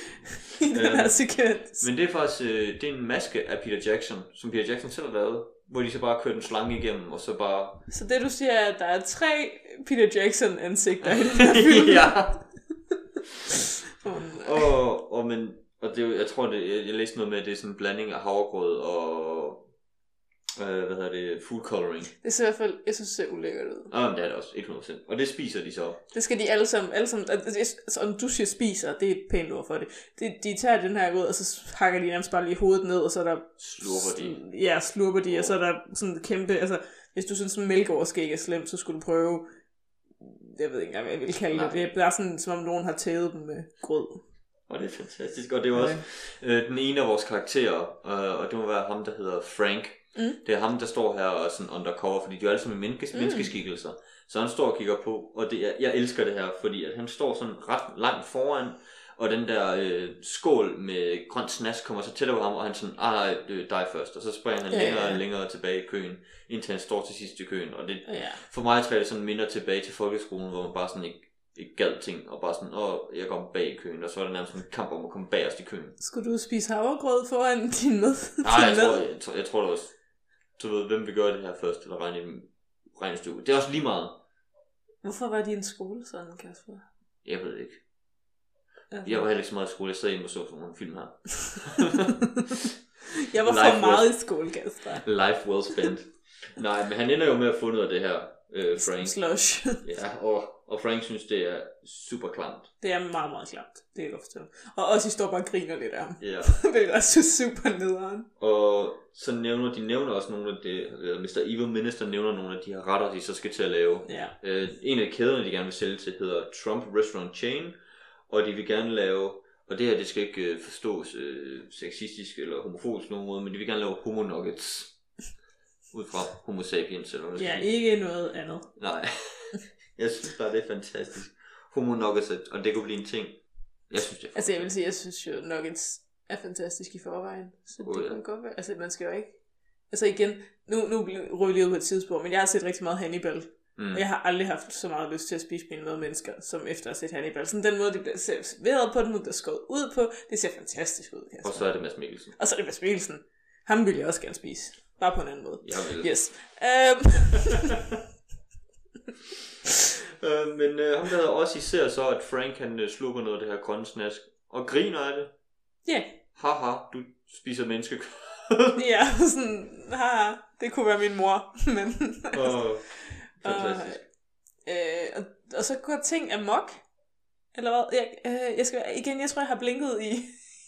F: i den her
A: Øhm,
F: sekvens.
A: Men det er faktisk øh, det er en maske af Peter Jackson, som Peter Jackson selv har lavet, hvor de så bare kører den slange igennem, og så bare...
F: Så det, du siger, er, at der er tre Peter Jackson-ansigter i den her film.
A: ja.
F: Åh, nej.
A: Og, og, men, og det, er jo- jeg tror, det, jeg, jeg læste noget med, at det er sådan en blanding af havregrød og... Øh, hvad hedder det? Food coloring.
F: Det ser i hvert fald, jeg synes, det ser ulækkert ud.
A: Ah, men det er det også, 100%. Og det spiser de så.
F: Det skal de alle sammen, alle sammen altså, jeg- altså, om du siger spiser, det er et pænt ord for det. De, de tager den her ud, og så hakker de nærmest bare lige hovedet ned, og så er der...
A: Slurper de.
F: Ja, slurper de, og så er der sådan en kæmpe... Altså, hvis du synes, at mælkeoverskæg er slemt, så skulle du prøve jeg ved ikke engang, hvad jeg vil kalde
A: Nej.
F: det. Det er bare sådan, som om nogen har tævet dem med grød.
A: Og det er fantastisk, og det var også øh, den ene af vores karakterer, øh, og det må være ham, der hedder Frank.
F: Mm.
A: Det er ham, der står her og er sådan undercover, fordi de er alle sammen menneske,
F: Mm.
A: mm. menneskeskikkelser. Så han står og kigger på, og det er, jeg elsker det her, fordi at han står sådan ret langt foran, og den der øh, skål med grønt snask kommer så tættere på ham, og han sådan, ah nej, det er dig først. Og så springer han ja,
F: Ja, ja,
A: længere
F: ja.
A: og længere tilbage i køen, indtil han står til sidst i køen. Og det,
F: Ja.
A: for mig træder det sådan minder tilbage til folkeskolen, hvor man bare sådan ikke, ikke gad ting, og bare sådan, åh, jeg kom bag i køen, og så er det nærmest sådan en kamp om at komme bagerst i køen.
F: Skulle du spise havregrød foran din med?
A: Nej, jeg
F: din
A: tror,
F: med-
A: jeg, tror, jeg tror det også. Du ved, hvem vil gøre det her først, eller regne i dem- regnestue. Det er også lige meget.
F: Hvorfor var din skole sådan, Kasper?
A: Jeg ved ikke.
F: Altså,
A: Jeg var heller ikke så meget i skole. Jeg sad hjemme og så sådan nogle film her.
F: jeg var
A: Life
F: for meget i skole, Kasper.
A: Life well spent. Nej, men han ender jo med at få noget af det her, øh, Frank.
F: Slush.
A: Ja, og, og Frank synes, det er super klamt.
F: Det er meget, meget klamt. Det kan jeg godt forstå. Og også, I står bare og griner lidt af ham.
A: Ja.
F: Det er også super nederen.
A: Og så nævner de nævner også nogle af det, eller Mr. Evil Minister nævner nogle af de her retter, de så skal til at lave.
F: Ja.
A: Øh, en af kæderne, de gerne vil sælge til, hedder Trump Restaurant Chain, og de vil gerne lave, og det her, det skal ikke øh, forstås øh, sexistisk eller homofobisk på nogen måde, men de vil gerne lave homo nuggets. Ud fra homo sapiens, eller hvad man skal
F: ja,
A: sige.
F: ikke noget andet.
A: Nej. jeg synes bare, det er fantastisk. Homo nuggets, og det kunne blive en ting. Jeg synes, det er
F: Altså, jeg vil sige, jeg synes jo, Nuggets er fantastisk i forvejen. Så
A: Åh,
F: det
A: ja.
F: kan godt være. Altså, man skal jo ikke... Altså igen, nu, nu bliver- ryger vi lige ud på et tidspunkt, men jeg har set rigtig meget Hannibal.
A: Mm.
F: Og jeg har aldrig haft så meget lyst til at spise mine medmennesker, som efter at have set Hannibal. Sådan den måde, det bliver serveret på, den måde, det er skåret ud på, det ser fantastisk ud, Kasper.
A: Og så er det Mads Mikkelsen.
F: Og så er det Mads Mikkelsen. Ham ville jeg også gerne spise. Bare på en anden måde.
A: Jeg vil.
F: Yes. Um,
A: Øh, men øh, ham der hedder også især så, at Frank han øh, slukker noget af det her grønne snask, og griner af det.
F: ja,
A: Haha, du spiser menneskekød.
F: ja, sådan, haha, det kunne være min mor, men...
A: Åh,
F: fantastisk.
A: fantastisk.
F: øh, og, og, så går ting amok, eller hvad? Jeg, øh, jeg skal, igen, jeg tror, jeg har blinket i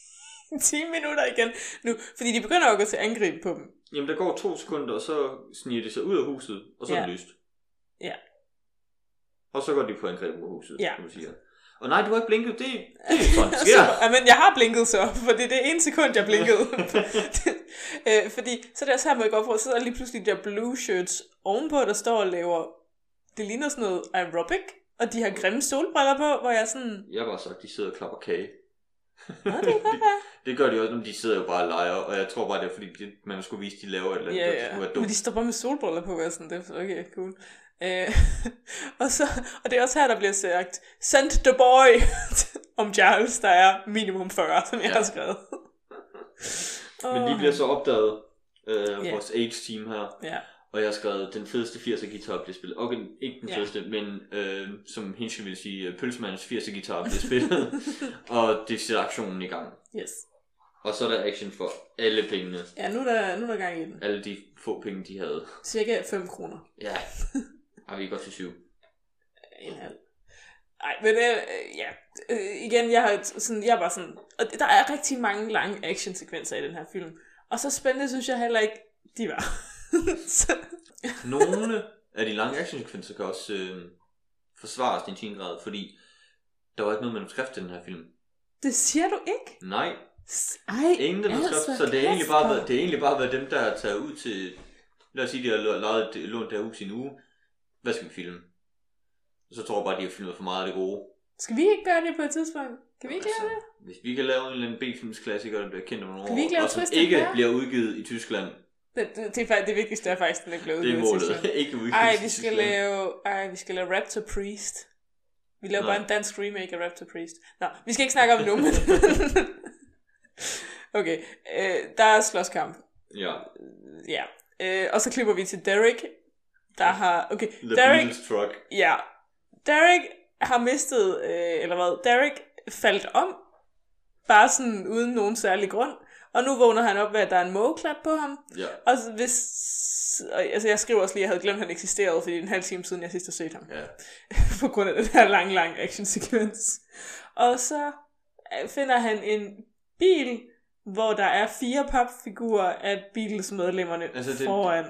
F: 10 minutter igen nu, fordi de begynder at gå til angreb på dem.
A: Jamen, der går to sekunder, og så sniger de sig ud af huset, og så er det
F: Ja.
A: lyst.
F: Ja.
A: Og så går de på angreb mod huset,
F: Ja.
A: ja. som du siger. Og nej, du har ikke blinket, det, det er sådan, det sker.
F: Så, men jeg har blinket så, for det er det ene sekund, jeg blinkede. øh, fordi så er det også her, hvor jeg går på, og så er der lige pludselig de der blue shirts ovenpå, der står og laver, det ligner sådan noget aerobic, og de har grimme solbriller på, hvor jeg er sådan,
A: Jeg har bare sagt, de sidder og klapper kage.
F: Nå, det kan godt være.
A: Det gør de også, når de sidder jo bare og leger, og jeg tror bare, det er fordi, de, man skulle vise, de laver et eller andet,
F: Ja,
A: der skulle
F: ja.
A: være
F: Men
A: dumt.
F: de står bare med solbriller på, og jeg er sådan, det er okay, cool. Øh, og, så, og det er også her, der bliver sagt, send the boy om Charles, der er minimum 40, som jeg ja.
A: Ja.
F: har skrevet.
A: Men de
F: Åh,
A: bliver så opdaget, øh,
F: Ja.
A: vores age-team her,
F: Ja.
A: Og jeg har skrevet, den fedeste 80'er guitar bliver spillet. Okay, ikke den
F: Ja.
A: ja. fedeste, men øh, som Hinge ville sige, øh, Pølsemandens 80'er guitar bliver spillet. og det sætter aktionen i gang.
F: Yes.
A: Og så er der action for alle pengene.
F: Ja, nu er der, nu er der gang i den.
A: Alle de få penge, de havde.
F: Cirka 5 kroner.
A: Ja. Har vi er godt til syv.
F: En halv. Ej, men øh, øh, ja. Øh, igen, jeg har t- sådan, jeg er bare sådan... Og der er rigtig mange lange actionsekvenser i den her film. Og så spændende synes jeg heller ikke, de var. så,
A: Nogle af de lange actionsekvenser kan også øh, forsvares i en tiende grad, fordi der var ikke noget manuskript til den her film.
F: det siger du ikke?
A: Nej,
F: S- Ej,
A: Ingen der altså,
F: altså,
A: så det er, egentlig bare
F: Kasper.
A: været, det er egentlig bare været dem, der har taget ud til... Lad os sige, de har lå- lejet et- lånt det her hus i en uge. Hvad skal vi filme? Så tror jeg bare, de har filmet for meget af det Altså. gode.
F: Skal vi ikke gøre det på et tidspunkt? Kan vi ikke gøre det?
A: Hvis vi kan lave en eller anden B-filmsklassiker, der bliver kendt om nogle
F: Kan vi ikke
A: år,
F: lave
A: og som
F: Tristan
A: ikke
F: Berg?
A: bliver udgivet i Tyskland,
F: Det, det, det, er faktisk, det vigtigste er faktisk, at den er blevet
A: det er
F: udgivet i Tyskland.
A: målet. ikke udgivet
F: Ej,
A: i
F: vi skal
A: Tyskland.
F: lave, ej, vi skal lave Raptor Priest. Vi laver
A: Nå.
F: bare en dansk remake af Raptor Priest. Nå, vi skal ikke snakke om det nu, men... okay, øh, der er slåskamp.
A: Ja,
F: Ja. Øh, og så klipper vi til Derek, der har... Okay,
A: The
F: Derek...
A: Beatles Truck.
F: Ja. Derek har mistet... Øh, eller hvad? Derek faldt om. Bare sådan uden nogen særlig grund. Og nu vågner han op ved, at der er en mågeklat på ham.
A: Ja.
F: Og så hvis... og- Altså, jeg skriver også lige, at jeg havde glemt, at han eksisterede, fordi det er en halv time siden, jeg sidst har set ham.
A: ja.
F: på grund af den her lang, lang actionsekvens. Og så øh, finder han en bil, hvor der er fire papfigurer af Beatles-medlemmerne
A: Altså,
F: altså,
A: det-
F: foran.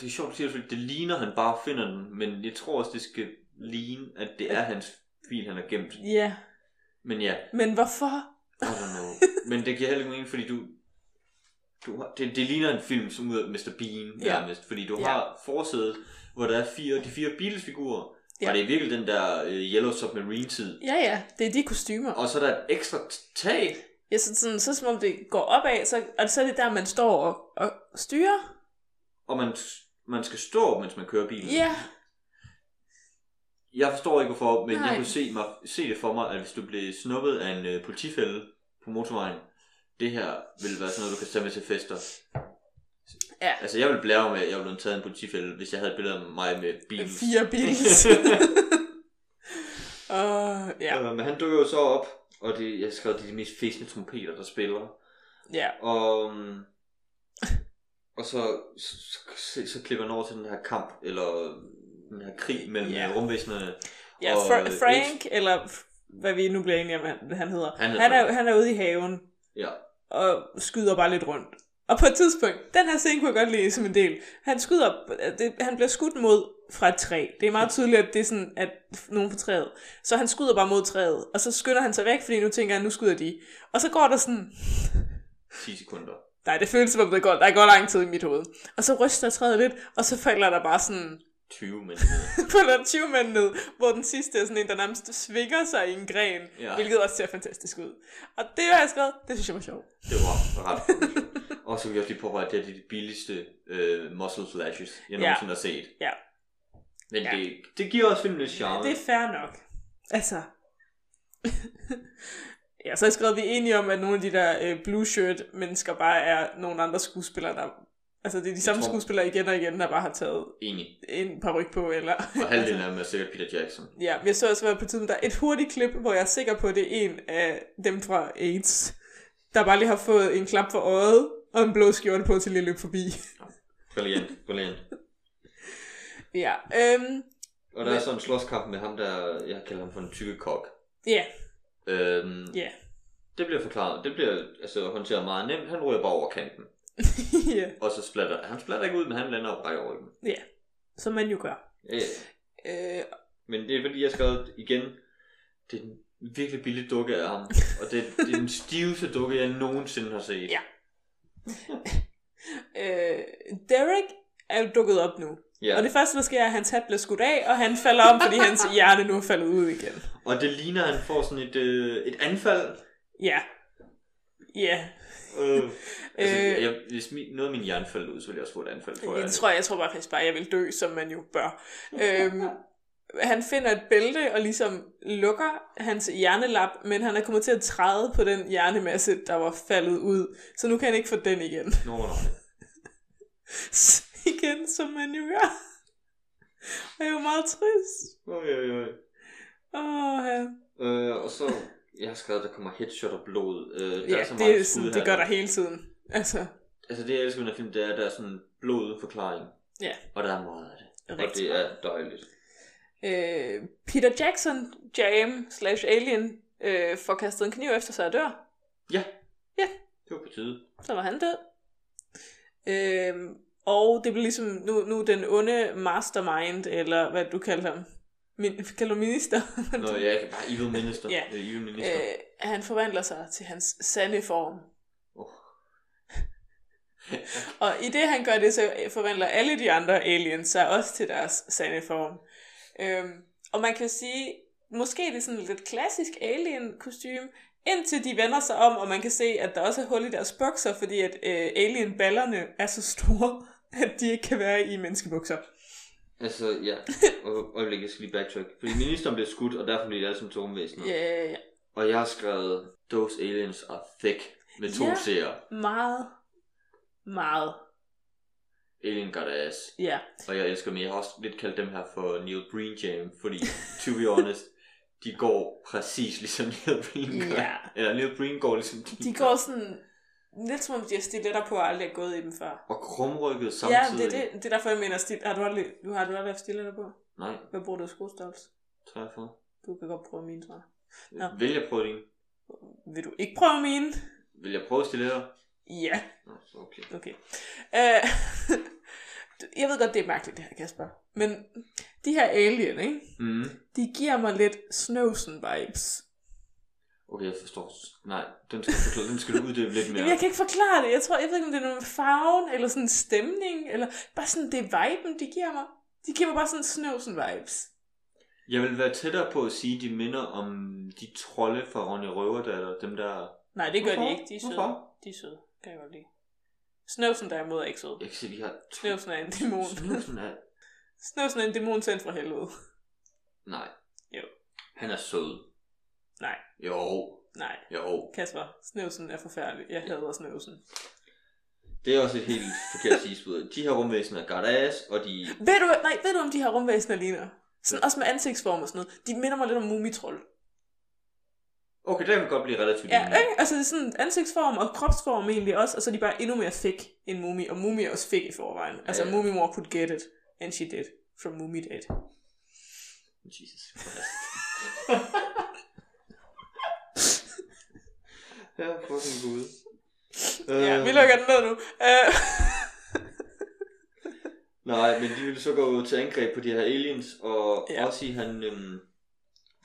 A: Det er sjovt, at sige, fordi det ligner, han bare finder den, men jeg tror også, det skal ligne, at det er hans fil, han har gemt.
F: Ja,
A: Men ja,
F: men hvorfor?
A: I don't know. Men det giver heller ikke mening, fordi du... du har, det, det ligner en film som ud af Mr. Bean
F: Ja.
A: nærmest, fordi du
F: Ja.
A: har forsædet, hvor der er fire, de fire Beatles-figurer,
F: Ja.
A: og det er virkelig den der øh, Yellow Submarine-tid.
F: Ja, ja, det er de kostymer.
A: Og så er der et ekstra t- tag,
F: Ja, så, sådan, så som om det går opad, så, og så er det der, man står og, og styrer.
A: og man, man skal stå, mens man kører bilen.
F: Ja,
A: Jeg forstår ikke hvorfor, men Nej.
F: Nej.
A: jeg kunne se, mig, se det for mig, at hvis du blev snuppet af en øh, politifælde på motorvejen, det her ville være sådan noget, du kan tage med til fester.
F: Ja.
A: Altså, jeg ville blære med, at jeg ville have taget en politifælde, hvis jeg havde et billede af mig med bil.
F: fire Beatles. og ja,
A: Ja. Øh, Men han dukker jo så op, og det, jeg skrev, det er de mest fæsende trompeter, der spiller.
F: ja.
A: Og, øhm, og så, så, så, så klipper han over til den her kamp, eller den her krig mellem
F: Ja.
A: yeah. rumvæsenerne.
F: Ja,
A: og,
F: Fra-
A: øh,
F: Frank, eller f- hvad vi nu bliver enige om, han, han hedder.
A: Han
F: Han,
A: hedder
F: han, er,
A: Frank.
F: han er ude i haven
A: Ja,
F: og skyder bare lidt rundt. Og på et tidspunkt, den her scene kunne jeg godt lide som en del. Han skyder, det, han bliver skudt mod fra et træ. Det er meget tydeligt, at det er sådan, at nogen på træet. Så han skyder bare mod træet, og så skynder han sig væk, fordi nu tænker han, nu skyder de. Og så går der sådan
A: 10 sekunder.
F: Nej, det føles som om, der går, der går lang tid i mit hoved. Og så ryster træet lidt, og så falder der bare sådan
A: 20 minutter.
F: falder 20 mænd ned, hvor den sidste er sådan en, der nærmest svinger sig i en gren,
A: Ja.
F: ja. hvilket også ser fantastisk ud. Og det har jeg skrevet, det synes jeg var sjovt.
A: Det var ret professionelt. Og så vil jeg også lige påpege, at det er de billigste øh, muscle flashes, jeg
F: Ja.
A: nogensinde har set.
F: Ja.
A: Men
F: Ja.
A: det, det giver også filmen lidt charme.
F: Det er fair nok. Altså. ja, så har jeg skrevet, at vi er enige om, at nogle af de der øh, blue shirt mennesker bare er nogle andre skuespillere, der... Altså, det er de samme
A: tror-
F: skuespillere igen og igen, der bare har taget
A: Enig.
F: en par ryg på, eller...
A: Og halvdelen af dem er sikkert Peter Jackson.
F: Ja, jeg så også være på tiden, der er et hurtigt klip, hvor jeg er sikker på, at det er en af dem fra AIDS, der bare lige har fået en klap for øjet og en blå skjorte på til lige at løbe forbi.
A: Brilliant, brilliant.
F: Ja, øhm,
A: Og der er sådan en slåskamp med ham, der... Jeg kalder ham for en tykke kok.
F: ja,
A: Øhm,
F: ja,
A: Det bliver forklaret. Det bliver altså, håndteret meget nemt. Han ryger bare over kanten.
F: ja,
A: Og så splatter... Han splatter ikke ud, men han lander og brækker ryggen.
F: ja, som man jo gør.
A: Ja, ja.
F: Øh,
A: Men det er fordi, jeg har skrevet igen, det er en virkelig billig dukke af ham. Og det, det er den stiveste dukke, jeg nogensinde har set.
F: Ja. øh, Derek er jo dukket op nu.
A: ja.
F: Og det første, der sker, er, at hans hat bliver skudt af, og han falder om, fordi hans hjerte nu er faldet ud igen.
A: Og det ligner, at han får sådan et, øh, et anfald.
F: Ja. Ja,
A: Øh, altså,
F: Øh.
A: jeg, hvis mi, noget af min hjerne faldt ud, så ville jeg også få et anfald, tror jeg.
F: Jeg tror, jeg tror bare faktisk bare, jeg vil dø, som man jo bør. øhm, han finder et bælte og ligesom lukker hans hjernelap, men han er kommet til at træde på den hjernemasse, der var faldet ud. Så nu kan han ikke få den igen.
A: Nå, nå.
F: igen, som man jo gør. Og det er jo meget trist.
A: Oj, oj, oj.
F: Åh, ja.
A: Øh, og så, jeg har skrevet, at der kommer headshot og blod. Øh, der
F: ja,
A: er så
F: det,
A: meget
F: er sådan,
A: skud
F: det gør der
A: her.
F: hele tiden. Altså,
A: Altså det, jeg elsker ved den her film, det er, at der er sådan blod uden forklaring.
F: Ja.
A: Og der er meget af det. og
F: Rigtig
A: det er dejligt.
F: øh, Peter Jackson, Jam slash Alien, øh, får kastet en kniv efter sig og dør.
A: Ja.
F: Ja.
A: Det var på tide.
F: så var han død. Øhm, og det blev ligesom nu, nu den onde mastermind, eller hvad du kaldte ham. Min, kalder du minister?
A: Nå, ja, jeg kan bare evil minister.
F: Ja.
A: Øh, evil minister.
F: øh, han forvandler sig til hans sande form.
A: Oh.
F: Og i det han gør det, så forvandler alle de andre aliens sig også til deres sande form. Øhm, og man kan sige, måske er det sådan lidt klassisk alien kostume indtil de vender sig om, og man kan se, at der også er hul i deres bukser, fordi at øh, alien-ballerne er så store, at de ikke kan være i menneskebukser.
A: Altså, ja. Og, øjeblik, jeg skal lige backtrack. Fordi ministeren bliver skudt, og derfor bliver de alle som tomvæsener.
F: Ja, yeah,
A: Og jeg har skrevet, Those aliens are thick. Med to
F: Ja.
A: yeah. serier.
F: meget, meget,
A: Alien got ass.
F: ja.
A: Og jeg elsker dem. Jeg har også lidt kaldt dem her for Neil Breen Jam, fordi, to be honest, de går præcis ligesom Neil Breen gør.
F: Ja.
A: Eller Neil Breen går ligesom
F: De går sådan lidt som om, de har stiletter på og aldrig har gået i dem før.
A: Og krumrykket
F: Ja,
A: samtidig.
F: det er, det, det er derfor, jeg mener, stil, har du aldrig, du har du aldrig haft stiletter på?
A: Nej,
F: Hvad bruger du skostols?
A: tror jeg for.
F: Du kan godt prøve mine, tror jeg. Nå.
A: Ja. Vil jeg prøve din?
F: Vil du ikke prøve mine?
A: Vil jeg prøve stiletter?
F: Ja,
A: Nå, okay.
F: okay. Øh, jeg ved godt, det er mærkeligt det her, Kasper. Men de her alien, ikke?
A: Mm.
F: De giver mig lidt Snowsen vibes.
A: Okay, jeg forstår. Nej, den skal, du forklare- den skal du uddybe lidt
F: Jamen, jeg
A: mere.
F: kan ikke forklare det. Jeg tror, jeg ved ikke, om det er noget med farven, eller sådan en stemning, eller bare sådan, det er viben, de giver mig. De giver mig bare sådan Snowsen vibes.
A: Jeg vil være tættere på at sige, at de minder om de trolde fra Ronny Røverdatter. Dem der...
F: Nej, det gør
A: Hvorfor?
F: de ikke. De er søde.
A: Hvorfor?
F: De er søde. Kan jeg godt lide. Snøvsen derimod er ikke sød.
A: Jeg kan se, de har... to-
F: Snøvsen er en dæmon.
A: Snøvsen er...
F: Snøvsen er en dæmon sendt fra helvede.
A: Nej.
F: Jo.
A: Han er sød.
F: Nej,
A: Jo.
F: nej.
A: Jo.
F: Kasper, Snøvsen er forfærdelig. Jeg hader Snøvsen.
A: Det er også et helt forkert sidespud. De her rumvæsener er gardas, og de...
F: Ved du, nej, ved du om de her rumvæsener ligner? Sådan også med ansigtsform og sådan noget. De minder mig lidt om mumitrol.
A: Mm. Okay, det kan godt blive relativt
F: Ja,
A: lignende.
F: ikke? Altså det er sådan ansigtsform og kropsform egentlig også, og så er de bare endnu mere fik end mumi, og mumi er også fik i forvejen. Altså
A: Ja.
F: mumi mor could get it, and she did, from mumi dead.
A: Jesus Christ. ja, fucking gud.
F: Ja,
A: Øh,
F: vi lukker den ned nu. Uh,
A: Nej, men de ville så gå til angreb på de her aliens, og
F: Ja.
A: ja. Ossi han, øhm,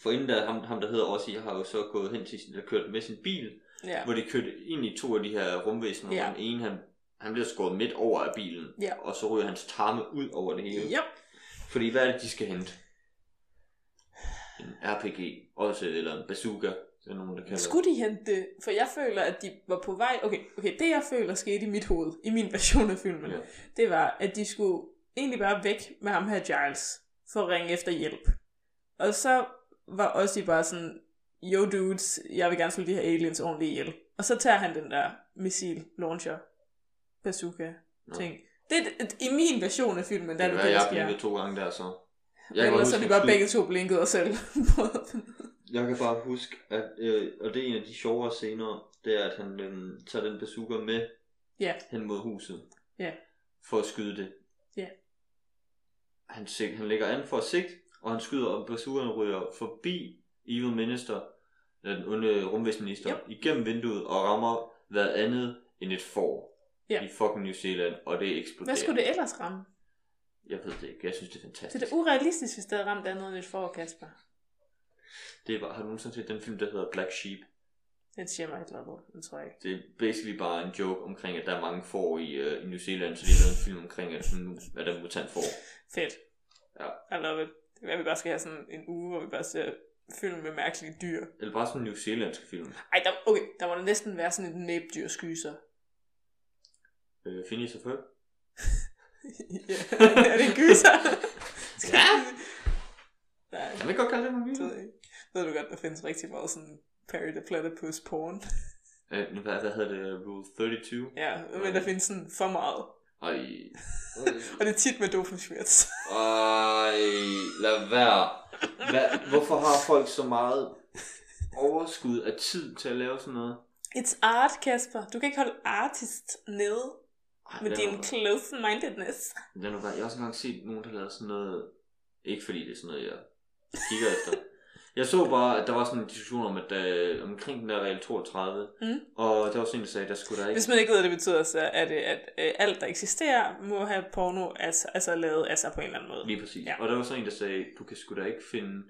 A: for inden der, ham, ham der hedder Ossi, har jo så gået hen til sin, der kørt med sin bil,
F: ja.
A: ja. hvor de kørte ind i to af de her rumvæsener,
F: Ja.
A: ja. den ene han, han bliver skåret midt over af bilen,
F: Ja.
A: og så ryger hans tarme ud over det hele.
F: Yep.
A: Fordi hvad er det, de skal hente? En RPG, også, eller en bazooka, det er nogen, der kalder det.
F: Skulle de hente det? For jeg føler, at de var på vej... Okay, okay det jeg føler skete i mit hoved, i min version af filmen, ja.
A: Ja.
F: det var, at de skulle egentlig bare væk med ham her Giles, for at ringe efter hjælp. Og så var også bare sådan, yo dudes, jeg vil gerne slå de her aliens ordentligt ihjel. Og så tager han den der missil launcher, bazooka ting. Det, er det- i min version af filmen, der
A: Det
F: er
A: kan
F: det
A: være,
F: det,
A: jeg
F: der
A: har
F: sker.
A: blinket to gange der, så.
F: Jeg
A: kan
F: Ellers
A: huske
F: har de
A: en
F: bare
A: skid.
F: begge to blinket og selv.
A: Jeg kan bare huske, at, øh, og det er en af de sjovere scener, det er, at han øh, tager den bazooka med
F: ja,
A: hen mod huset.
F: Ja.
A: For at skyde det.
F: Ja.
A: Han, sig- han lægger an for sigt, og han skyder, og bazookaen ryger forbi Evil Minister, eller den onde rumvæsenminister,
F: Yep.
A: igennem vinduet og rammer hvad andet end et får
F: Ja.
A: i fucking New Zealand, og det eksploderer.
F: hvad skulle det ellers ramme?
A: Jeg ved det ikke, jeg synes det er
F: Så
A: fantastisk.
F: det er urealistisk, hvis det havde ramt andet end et forår, Kasper.
A: det var, har du nogensinde set den film, der hedder Black Sheep?
F: Den siger mig et eller andet, den tror jeg ikke.
A: det er basically bare en joke omkring, at der er mange får i, øh, i New Zealand, så de har lavet en film omkring, at nu er der mutant får.
F: Fedt.
A: Ja.
F: I love it. Det kan være, vi bare skal have sådan en uge, hvor vi bare ser film med mærkelige dyr.
A: Eller bare sådan en New Zealandsk film.
F: Ej, der, okay, der må da næsten være sådan et næbdyrskyser.
A: Øh, Phineas og Ferb.
F: ja, er det en gyser?
A: Ja.
F: Nej,
A: Kan man godt kalde det en
F: det ved
A: gyser?
F: jeg ikke. Ved du godt, der findes rigtig meget sådan Perry the Platypus porn.
A: Øh, nu, hvad, hvad hedder det? Rule 32?
F: Ja, men
A: Mm.
F: der findes sådan for meget.
A: Ej.
F: Og det er tit med Doofenshmirtz.
A: Ej, lad være. Hvad, hvorfor har folk så meget overskud af tid til at lave sådan noget?
F: It's art, Kasper. Du kan ikke holde artist nede
A: Ej,
F: med
A: lad
F: din
A: nu være.
F: close-mindedness.
A: Lad nu være. Jeg har også engang set nogen, der lavede sådan noget... Ikke fordi det er sådan noget, jeg kigger efter. Jeg så bare, at der var sådan en diskussion om, at der, omkring den der regel 32,
F: Mm.
A: og der var sådan en, der sagde, der skulle der ikke...
F: Hvis man ikke ved, hvad det betyder, så er det, at øh, alt, der eksisterer, må have porno, altså, altså lavet af sig på en eller anden måde.
A: Lige præcis.
F: Ja.
A: Ja. Og der var sådan en, der sagde, du kan sgu da ikke finde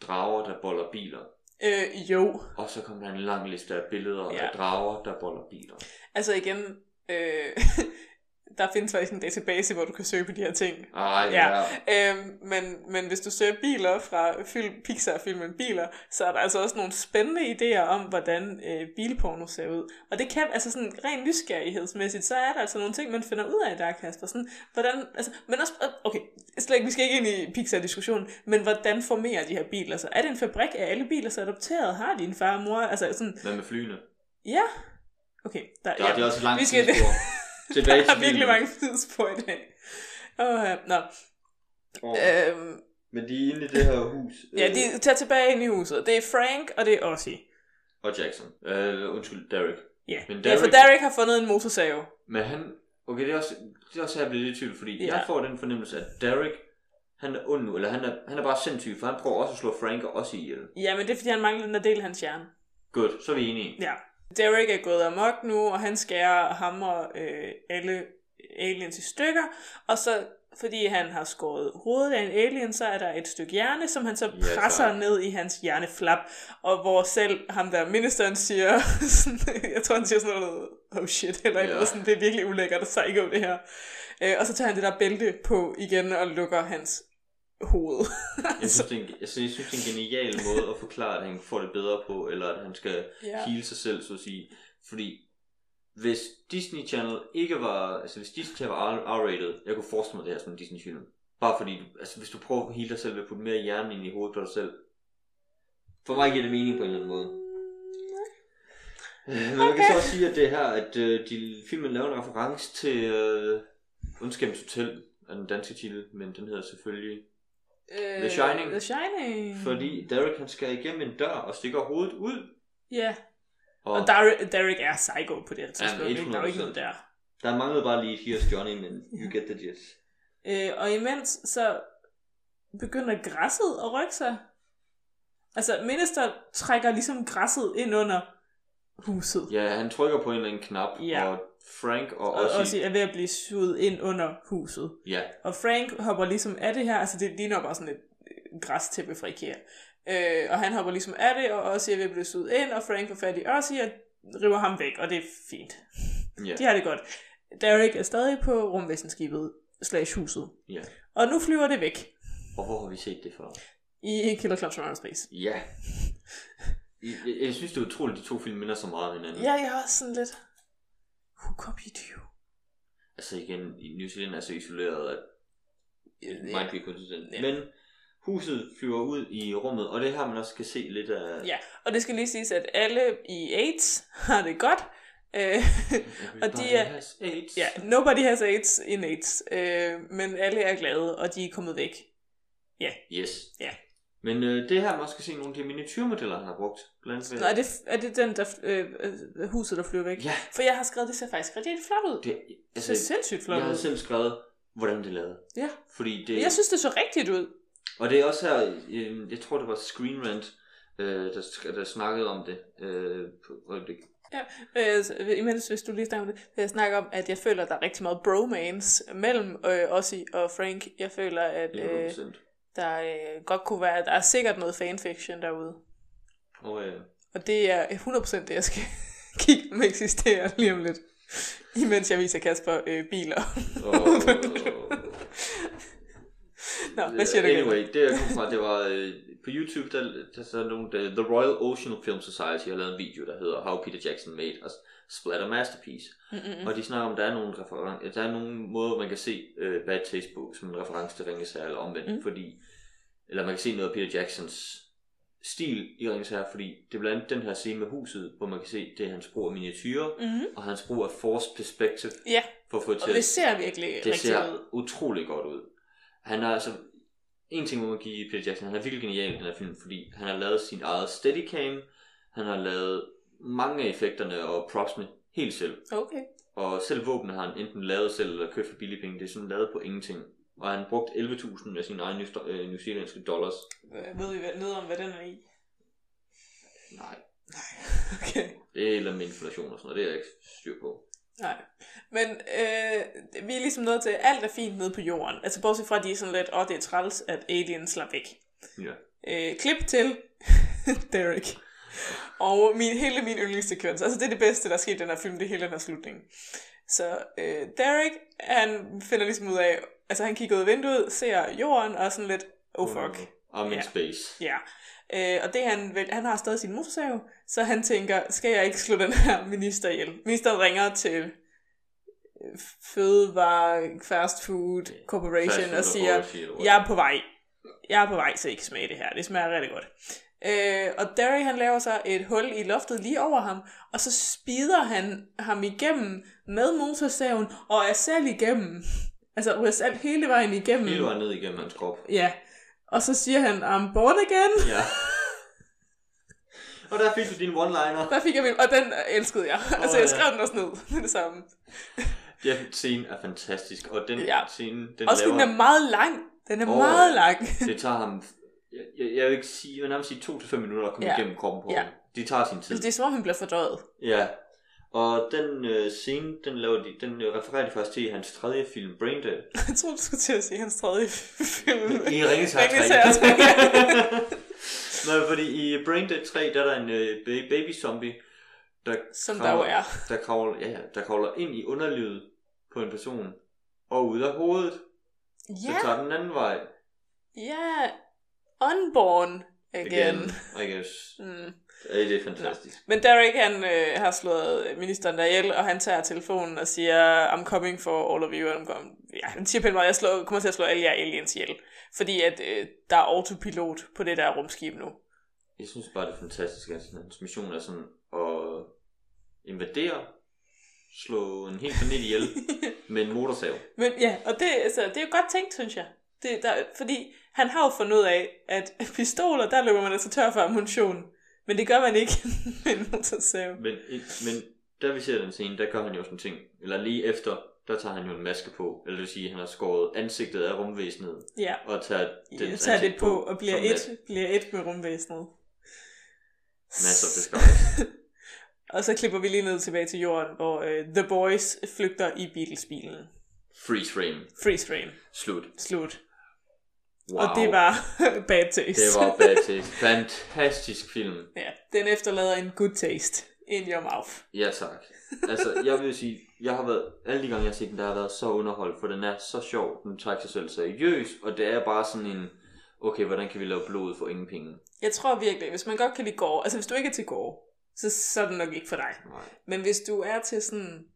A: drager, der boller biler.
F: Øh, jo,
A: Og så kom der en lang liste af billeder
F: Ja.
A: ja. af drager, der boller biler.
F: altså igen, øh, der findes faktisk en database, hvor du kan søge på de her ting.
A: Ej,
F: Ja.
A: ja. ja.
F: Øhm, men, men hvis du søger biler fra film, Pixar-filmen Biler, så er der altså også nogle spændende idéer om, hvordan øh, bilporno ser ud. Og det kan, altså sådan rent nysgerrighedsmæssigt, så er der altså nogle ting, man finder ud af der, Kasper. Sådan, hvordan, altså, men også, okay, slet ikke, vi skal ikke ind i Pixar-diskussionen, men hvordan formerer de her biler sig? Er det en fabrik? Er alle biler så adopteret? Har de en far og mor? Altså sådan,
A: Hvad med flyene?
F: ja, okay. Der,
A: Der, ja. Det er også et langt
F: Vi skal-
A: tidsspor. Tilbage
F: Der
A: til
F: er virkelig
A: bilen.
F: mange tids på i dag. Åh, ja, nå.
A: Og,
F: Øhm,
A: men de er inde i det her hus.
F: Ja,
A: øh,
F: de tager tilbage ind i huset. Det er Frank, og det er Ozzy.
A: Og Jackson. Øh, undskyld, Derek.
F: Ja,
A: Men
F: Derek... ja for
A: Derek-
F: Derek har fundet en motorsave.
A: Men han... Okay, det er også, det er også her, jeg bliver lidt i tvivl, fordi
F: Ja.
A: ja. jeg får den fornemmelse, at Derek, han er ond nu, eller han er, han er bare sindssyg, for han prøver også at slå Frank og også ihjel.
F: Ja, men det er, fordi han mangler den der del af hans hjerne.
A: Godt, så er vi enige.
F: Ja. Derek er gået amok nu, og han skærer og hamrer øh, alle aliens i stykker, og så fordi han har skåret hovedet af en alien, så er der et stykke hjerne, som han så
A: Ja,
F: presser
A: tak.
F: ned i hans hjerneflap, og hvor selv ham der ministeren siger, sådan, jeg tror han siger sådan noget, oh shit, eller
A: Ja.
F: yeah. noget sådan, det er virkelig ulækkert at sige om det her. Øh, og så tager han det der bælte på igen og lukker hans hoved.
A: Jeg synes, det er en, jeg synes, jeg synes, det er en genial måde at forklare, at han får det bedre på, eller at han skal
F: Ja.
A: ja. hele sig selv, så at sige. Fordi hvis Disney Channel ikke var, altså hvis Disney Channel var R- R-rated, jeg kunne forestille mig det her som en Disney-film. Bare fordi, du, altså hvis du prøver at hele dig selv ved at putte mere hjerne ind i hovedet på dig selv. For mig giver det mening på en eller anden måde. Øh, Men okay. man kan så også sige, at det her, at øh, de, filmen laver en reference til øh, Undskæmmes Hotel, er den danske titel, men den hedder selvfølgelig
F: Øh,
A: The Shining.
F: The Shining.
A: Fordi Derek han skal igennem en dør og stikker hovedet ud.
F: Ja,
A: Og,
F: og Derek, Derek er psycho på det her tidspunkt. ikke? der er jo ikke
A: 100%.
F: noget der.
A: der manglede bare lige et Here's Johnny, men you get the gist.
F: Øh, og imens så begynder græsset at rykke sig. Altså, minister trækker ligesom græsset ind under huset.
A: Ja, han trykker på en eller anden knap,
F: Ja.
A: og Frank og
F: Og
A: Ozzy...
F: også er ved at blive suget ind under huset.
A: Ja,
F: Og Frank hopper ligesom af det her, altså det ligner bare sådan et øh, græstæppe fra Ikea. Øh, og han hopper ligesom af det, og også er ved at blive suget ind, og Frank får fat i Ozzy og river ham væk, og det er fint.
A: ja,
F: De har det godt. Derek er stadig på rumvæsenskibet slash huset.
A: ja.
F: Og nu flyver det væk
A: Og hvor har vi set det før?
F: i Killer Clubs from Outer Space.
A: Ja. Jeg, jeg- jeg synes, det er utroligt, de to film minder så meget om hinanden.
F: Mm. Ja, jeg har også sådan lidt... Who copied you?
A: Altså igen, i New Zealand er så isoleret, at det
F: Ja.
A: might be consistent.
F: Ja.
A: Men huset flyver ud i rummet, og det er her, man også kan se lidt af...
F: Ja, og det skal lige siges, at alle i AIDS har det godt. Øh, og de er...
A: Has AIDS.
F: Ja, nobody has AIDS in AIDS. Øh, men alle er glade, og de er kommet væk.
A: Yes.
F: Ja.
A: Men øh, det her, man også skal se nogle af de miniatyrmodeller, han har brugt. Blandt andet.
F: Nå, er det, er det den, der, øh, øh, huset, der flyver væk?
A: Ja.
F: For jeg har skrevet, det ser faktisk rigtig flot ud. Det,
A: det, altså,
F: ser sindssygt flot
A: jeg har
F: ud.
A: selv skrevet, hvordan det er lavet.
F: Ja.
A: Fordi
F: Men
A: det,
F: Jeg synes, det så rigtigt ud.
A: Og det er også her, øh, jeg tror, det var Screen Rant, øh, der, der snakkede om det. Øh, på øjeblik.
F: Øh, så, imens, hvis du lige snakker om det, vil jeg snakke om, at jeg føler, at der er rigtig meget bromance mellem øh, Ossie og Frank. Jeg føler, at øh,
A: 100%.
F: der øh, godt kunne være, der er sikkert noget fanfiction derude.
A: Og, øh,
F: Og det er 100% det, jeg skal kigge om eksisterer lige om lidt. Imens jeg viser Kasper øh, biler.
A: og,
F: Nå, hvad siger du? Kasper?
A: Anyway, det jeg kom fra, det var øh, på YouTube, der, der så er nogen, der, The Royal Ocean Film Society har lavet en video, der hedder How Peter Jackson Made a Splatter Masterpiece. Mm-hmm. Og de snakker om, at der er nogle, referen- der er nogle måder, man kan se øh, Bad Taste på, som en reference til Ringes Herre eller omvendt, mm. fordi, eller man kan se noget af Peter Jacksons stil i Ringes Herre, fordi det er blandt andet den her scene med huset, hvor man kan se, det er hans brug af miniatyrer, mm-hmm. og hans brug af forced perspective,
F: Ja,
A: for at få det
F: og
A: til at
F: det ser virkelig
A: det
F: rigtigt
A: ser
F: ud.
A: utrolig godt ud. Han er altså... En ting må man give Peter Jackson, han er virkelig genial i den her film, fordi han har lavet sin eget steadicam, han har lavet mange af effekterne og propsene helt selv.
F: Okay.
A: Og selv våben har han enten lavet selv eller købt for billige penge, det er sådan lavet på ingenting. Og han brugt 11.000 af sine egne nys- øh, newzealandske dollars.
F: Øh, Ved vi hvad- noget om, hvad den er i?
A: Nej,
F: Okay.
A: det er et eller andet med inflation og sådan noget, det er jeg ikke styr på.
F: Nej. Men øh, vi er ligesom nået til, at alt er fint nede på jorden. Altså bortset fra, at de er sådan lidt, åh, oh, det er træls, at aliens slap væk.
A: Ja.
F: Øh, klip til Derek. Og min, hele min yndlingssekvens. Altså det er det bedste, der er sket i den her film, det er hele den her slutning. Så øh, Derek, han finder ligesom ud af, altså han kigger ud af vinduet, ser jorden og er sådan lidt, oh fuck.
A: Og min
F: Ja.
A: space.
F: Ja, øh, og det han vil, han har stadig sin motorsav, så han tænker, skal jeg ikke slå den her minister ihjel? Ministeren ringer til øh, Fødevare Fast Food Corporation og
A: Fast food
F: siger,
A: corporation,
F: jeg er på vej. Jeg er på vej, så I kan smage det her. Det smager rigtig godt. Øh, og Derry han laver så et hul i loftet lige over ham, og så spider han ham igennem med motorsaven, og er selv igennem. Altså, ryger selv hele vejen igennem.
A: Hele vejen ned igennem hans krop.
F: Ja. Og så siger han, I'm born again.
A: Ja. og der fik du din one-liner.
F: Der fik jeg min, og den elskede jeg. Oh, altså, jeg
A: ja.
F: skrev den også ned med det samme.
A: Den scene er fantastisk, og den
F: Ja.
A: ja. scene, den
F: Også fordi
A: laver...
F: den er meget lang. Den er
A: Åh,
F: oh, meget
A: ja.
F: lang.
A: det tager ham... Jeg, jeg, jeg vil ikke sige, jeg vil nærmest sige 2-5 minutter at komme
F: Ja.
A: ja. igennem kroppen på
F: Ja.
A: ja. ham. Det tager sin tid.
F: Det er som om, han bliver fordøjet.
A: Ja. Og den øh, scene, den, laver de, den øh, refererer de faktisk til i hans tredje film, Braindead.
F: Jeg troede, du skulle til at sige hans tredje film.
A: I Ringens Herre
F: Ringenes
A: 3.
F: Herre
A: Nej, fordi i Braindead 3, der er der en øh, ba- baby zombie, der,
F: Som der jo
A: kravler,
F: er.
A: der, kravler, ja, der kravler ind i underlivet på en person, og ud af hovedet, så
F: Ja,
A: tager den anden vej
F: ja. Unborn again. again.
A: I guess.
F: Mm.
A: Ja, det er fantastisk.
F: Men Derek, han øh, har slået ministeren ihjel, og han tager telefonen og siger, I'm coming for all of you. I'm coming. Ja, han siger pænt meget, jeg slår, kommer til at slå alle jer aliens ihjel. Fordi at øh, der er autopilot på det der rumskib nu.
A: Jeg synes bare, det er fantastisk, at sådan, hans mission er sådan at invadere, slå en hel planet ihjel med en motorsav.
F: Men ja, og det, altså, det er jo godt tænkt, synes jeg. Det, der, fordi han har jo fundet ud af, at pistoler, der løber man altså tør for ammunition. Men det gør man ikke med en motorsav.
A: Men, ikke, men da vi ser den scene, der gør han jo sådan en ting. Eller lige efter, der tager han jo en maske på. Eller det vil sige, at han har skåret ansigtet af rumvæsenet.
F: Ja,
A: Og tager,
F: den
A: dens
F: tager det
A: ansigt
F: på og bliver
A: som
F: et,
A: mas-
F: bliver et med rumvæsenet.
A: Masser af disguise.
F: Og så klipper vi lige ned tilbage til jorden, hvor øh, The Boys flygter i Beatles-bilen.
A: Freeze frame.
F: Freeze frame.
A: Slut.
F: Slut.
A: Wow.
F: Wow. Og det var bad taste.
A: Det var bad taste. Fantastisk film.
F: ja, den efterlader en good taste in your mouth.
A: Ja tak. Altså, jeg vil sige, jeg har været, alle de gange jeg har set den, der har været så underholdt, for den er så sjov, den trækker sig selv seriøst, og det er bare sådan en, okay, hvordan kan vi lave blod for ingen penge?
F: Jeg tror virkelig, hvis man godt kan lide gore, altså hvis du ikke er til gore, så, så er den nok ikke for dig.
A: Nej.
F: Men hvis du er til sådan...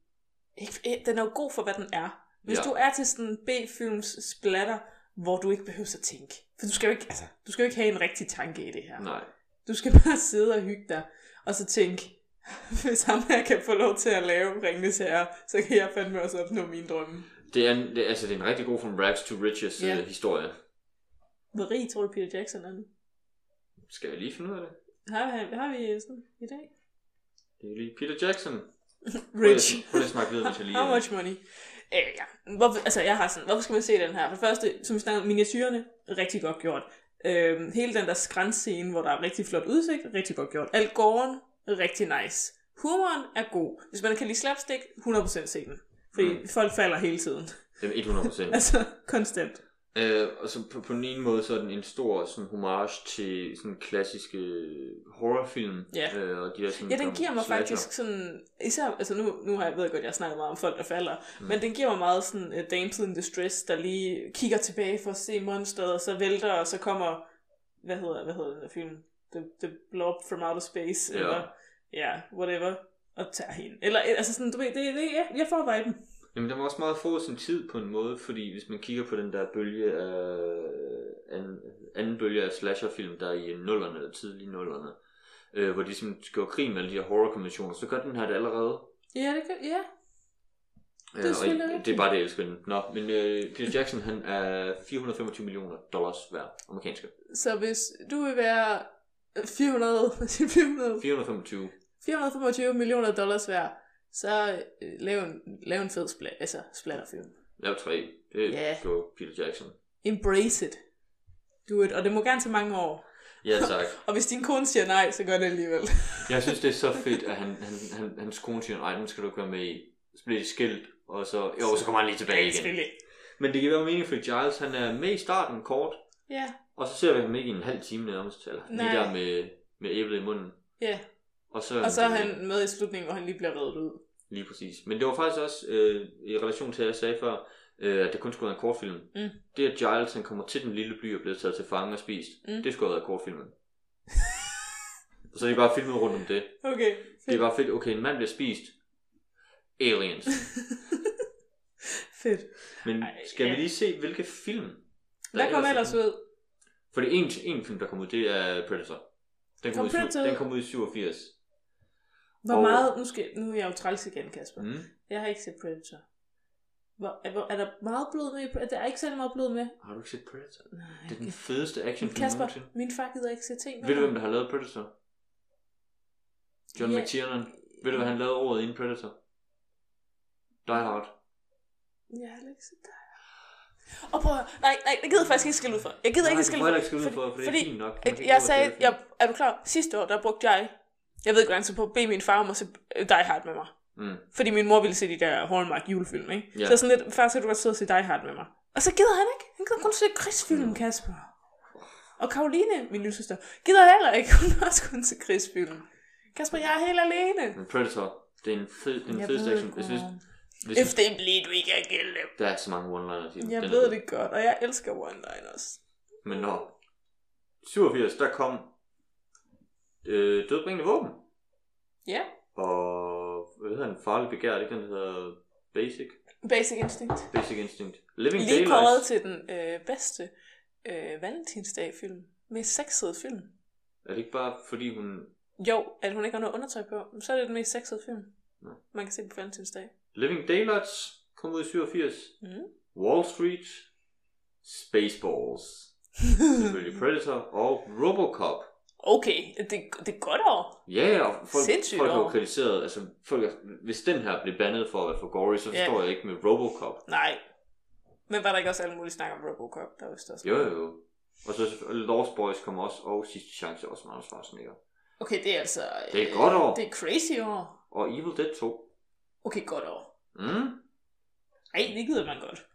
F: Ikke, eh, den er jo god for, hvad den er. Hvis
A: Ja.
F: ja. du er til sådan B-films splatter, hvor du ikke behøver at tænke. For du skal jo ikke, altså, du skal jo ikke have en rigtig tanke i det her.
A: Nej.
F: Du skal bare sidde og hygge dig, og så tænke, hvis ham her kan få lov til at lave Ringnes Herre, så kan jeg fandme også opnå mine drømme.
A: Det er, en- det, altså, det er en rigtig god From Rags to Riches
F: Ja.
A: yeah. historie.
F: Hvor rig tror du Peter Jackson er nu?
A: Skal vi lige finde ud af det?
F: Har, har, har vi sådan i dag?
A: Det er lige Peter Jackson.
F: Rich.
A: Prøv lige at snakke videre, hvis jeg lige...
F: How much money? Øh, ja. Hvorfor, altså, jeg har sådan, hvorfor skal man se den her? For det første, som vi snakkede om, miniatyrerne, rigtig godt gjort. Øh, hele den der skræntscene, hvor der er rigtig flot udsigt, rigtig godt gjort. Alt gården, rigtig nice. Humoren er god. Hvis man kan lide slapstick, 100% se den. Fordi mm. folk falder hele tiden.
A: Jamen, 100 procent.
F: Altså, konstant.
A: øh, og så på, på den ene måde, så er den en stor sådan, homage til sådan klassiske horrorfilm.
F: Ja.
A: Øh, og de der, sådan,
F: Ja, den giver mig
A: slasher.
F: faktisk sådan, især, altså nu, nu har jeg, ved jeg godt, jeg har snakket meget om folk, der falder, mm. men den giver mig meget sådan uh, damsel in distress, der lige kigger tilbage for at se monsteret, og så vælter, og så kommer, hvad hedder, hvad hedder den der film? The, the Blob from Outer Space,
A: Ja.
F: ja. eller ja, whatever, og tager hende. Eller, altså sådan, du ved, det, det, ja, jeg får viben.
A: Jamen, den var også meget forud sin tid på en måde, fordi hvis man kigger på den der bølge af, anden, anden bølge af slasherfilm, der er i nullerne, eller tidlige nullerne, øh, hvor de simpelthen gjorde krig med alle de her horrorkonventioner, så gør den her det allerede.
F: Ja, det kan, ja.
A: Det
F: er
A: er,
F: selvfølgelig
A: og,
F: rigtigt.
A: det er bare det, jeg elsker den. Nå, men øh, Peter Jackson, han er 425 millioner dollars værd, amerikanske.
F: Så hvis du vil være øh, 400, 400
A: 425.
F: 425 millioner dollars værd, så øh, lav en, lav en fed spla- altså, splatterfilm.
A: Lav 3. Det
F: Ja.
A: yeah. gjorde Peter Jackson.
F: Embrace it. Do it. Og det må gerne tage mange år.
A: Ja, tak.
F: Og hvis din kone siger nej, så gør det alligevel.
A: Jeg synes, det er så fedt, at han, han, han, hans kone siger, nej, nu skal du ikke være med i. Så bliver de skilt, og så, jo, så kommer han lige tilbage igen.
F: Selvfølgelig.
A: Men det kan være mening, fordi Giles han er med i starten kort,
F: Ja,
A: og så ser vi ham ikke i en halv time nærmest, eller
F: Nej.
A: lige der med, med æblet i munden.
F: ja.
A: Og så,
F: Og så er han med i slutningen, hvor han lige bliver reddet ud.
A: Lige præcis. Men det var faktisk også, øh, i relation til, at jeg sagde før, øh, at det kun skulle være en kortfilm.
F: Mm.
A: Det, at Giles han kommer til den lille by og bliver taget til fange og spist,
F: Mm.
A: det skulle have været kortfilmen. og så er de bare filmet rundt om det.
F: Okay.
A: Det er
F: Fedt.
A: bare fedt, okay, en mand bliver spist. Aliens.
F: fedt.
A: Men
F: Ej,
A: skal vi
F: ja.
A: lige se, hvilke film? der
F: Hvad kommer ellers ud?
A: For det en, en film, der kom ud, det er Predator. Den kom,
F: Kom
A: ud, i syv-
F: Predator ud?
A: den kom ud i 87.
F: Hvor
A: Og-
F: meget... Nu, skal, nu er jeg jo træls igen, Kasper.
A: Mm.
F: Jeg har ikke set Predator. Hvor, er, hvor, er der meget blod med? i Pre- Der er ikke særlig meget blod med.
A: Har du ikke set Predator?
F: Nej.
A: Det er den fedeste actionfilm
F: Kasper,
A: nogensinde.
F: min far gider ikke se ting. med
A: Ved du,
F: ham.
A: hvem der har lavet Predator? John
F: Ja.
A: yeah. McTiernan. Ved du, hvad han lavede året inden Predator? Die Hard.
F: Jeg har ikke set dig. Og prøv at høre. nej, nej, jeg gider faktisk ikke skille ud for. Jeg gider
A: Nej,
F: ikke
A: du
F: skille
A: må
F: ud
A: heller ikke skille ud for, for det er fint nok. Man kan
F: Jeg,
A: ikke
F: jeg
A: gå
F: sagde,
A: og skille ud
F: jeg, er du klar? Sidste år, der brugte jeg, jeg ved ikke, hvordan så på, at bede min far om at se øh, Die Hard med mig.
A: Mm.
F: Fordi min mor ville se de der Hallmark julefilm, ikke?
A: Ja.
F: Så sådan lidt, far, skal du godt sidde og se Die Hard med mig? Og så gider han ikke. Han gider kun se
A: Mm.
F: krigsfilm, Kasper. Og Karoline, min lillesøster, gider heller ikke. Hun vil også kun se krigsfilm. Kasper, jeg er helt alene.
A: Men Predator, det er en fed, det er en fed section. Hvis, hvis, hvis,
F: If they bleed, we can kill them.
A: der er så mange one-liners i den.
F: Jeg
A: Den er
F: ved
A: fed.
F: det godt, og jeg elsker one-liners.
A: Men når 87, der kom øh, dødbringende våben.
F: Ja,
A: Og hvad hedder den? Farlig begær, det er ikke den, der hedder Basic.
F: Basic Instinct.
A: Basic Instinct. Living
F: Lige kåret
A: Daylights.
F: til den øh, bedste øh, valentinsdag-film. Mest sexede film.
A: Er det ikke bare fordi hun...
F: Jo, at hun ikke har noget undertøj på, men så er det den mest sexede film,
A: Nå.
F: man kan se på valentinsdag.
A: Living Daylights kom ud i 87.
F: Mm.
A: Wall Street. Spaceballs. Selvfølgelig Predator. Og Robocop.
F: Okay, det, det er et godt år.
A: Ja, ja, og folk,
F: Sindssygt
A: folk har jo
F: år.
A: kritiseret, altså folk, har- hvis den her blev bandet for at være for gory, så
F: Ja.
A: forstår jeg ikke med Robocop.
F: Nej. Men var der ikke også alle mulige snak om Robocop? Der var vist også.
A: Jo, jo, jo. Og så selvfølgelig Lost Boys kommer også, og Sidste Chance også med Anders Schwarzenegger.
F: Okay, det er altså...
A: Det er et godt år.
F: Det er et crazy år.
A: Og Evil Dead 2.
F: Okay, godt år.
A: Mm.
F: Ej, det gider man godt.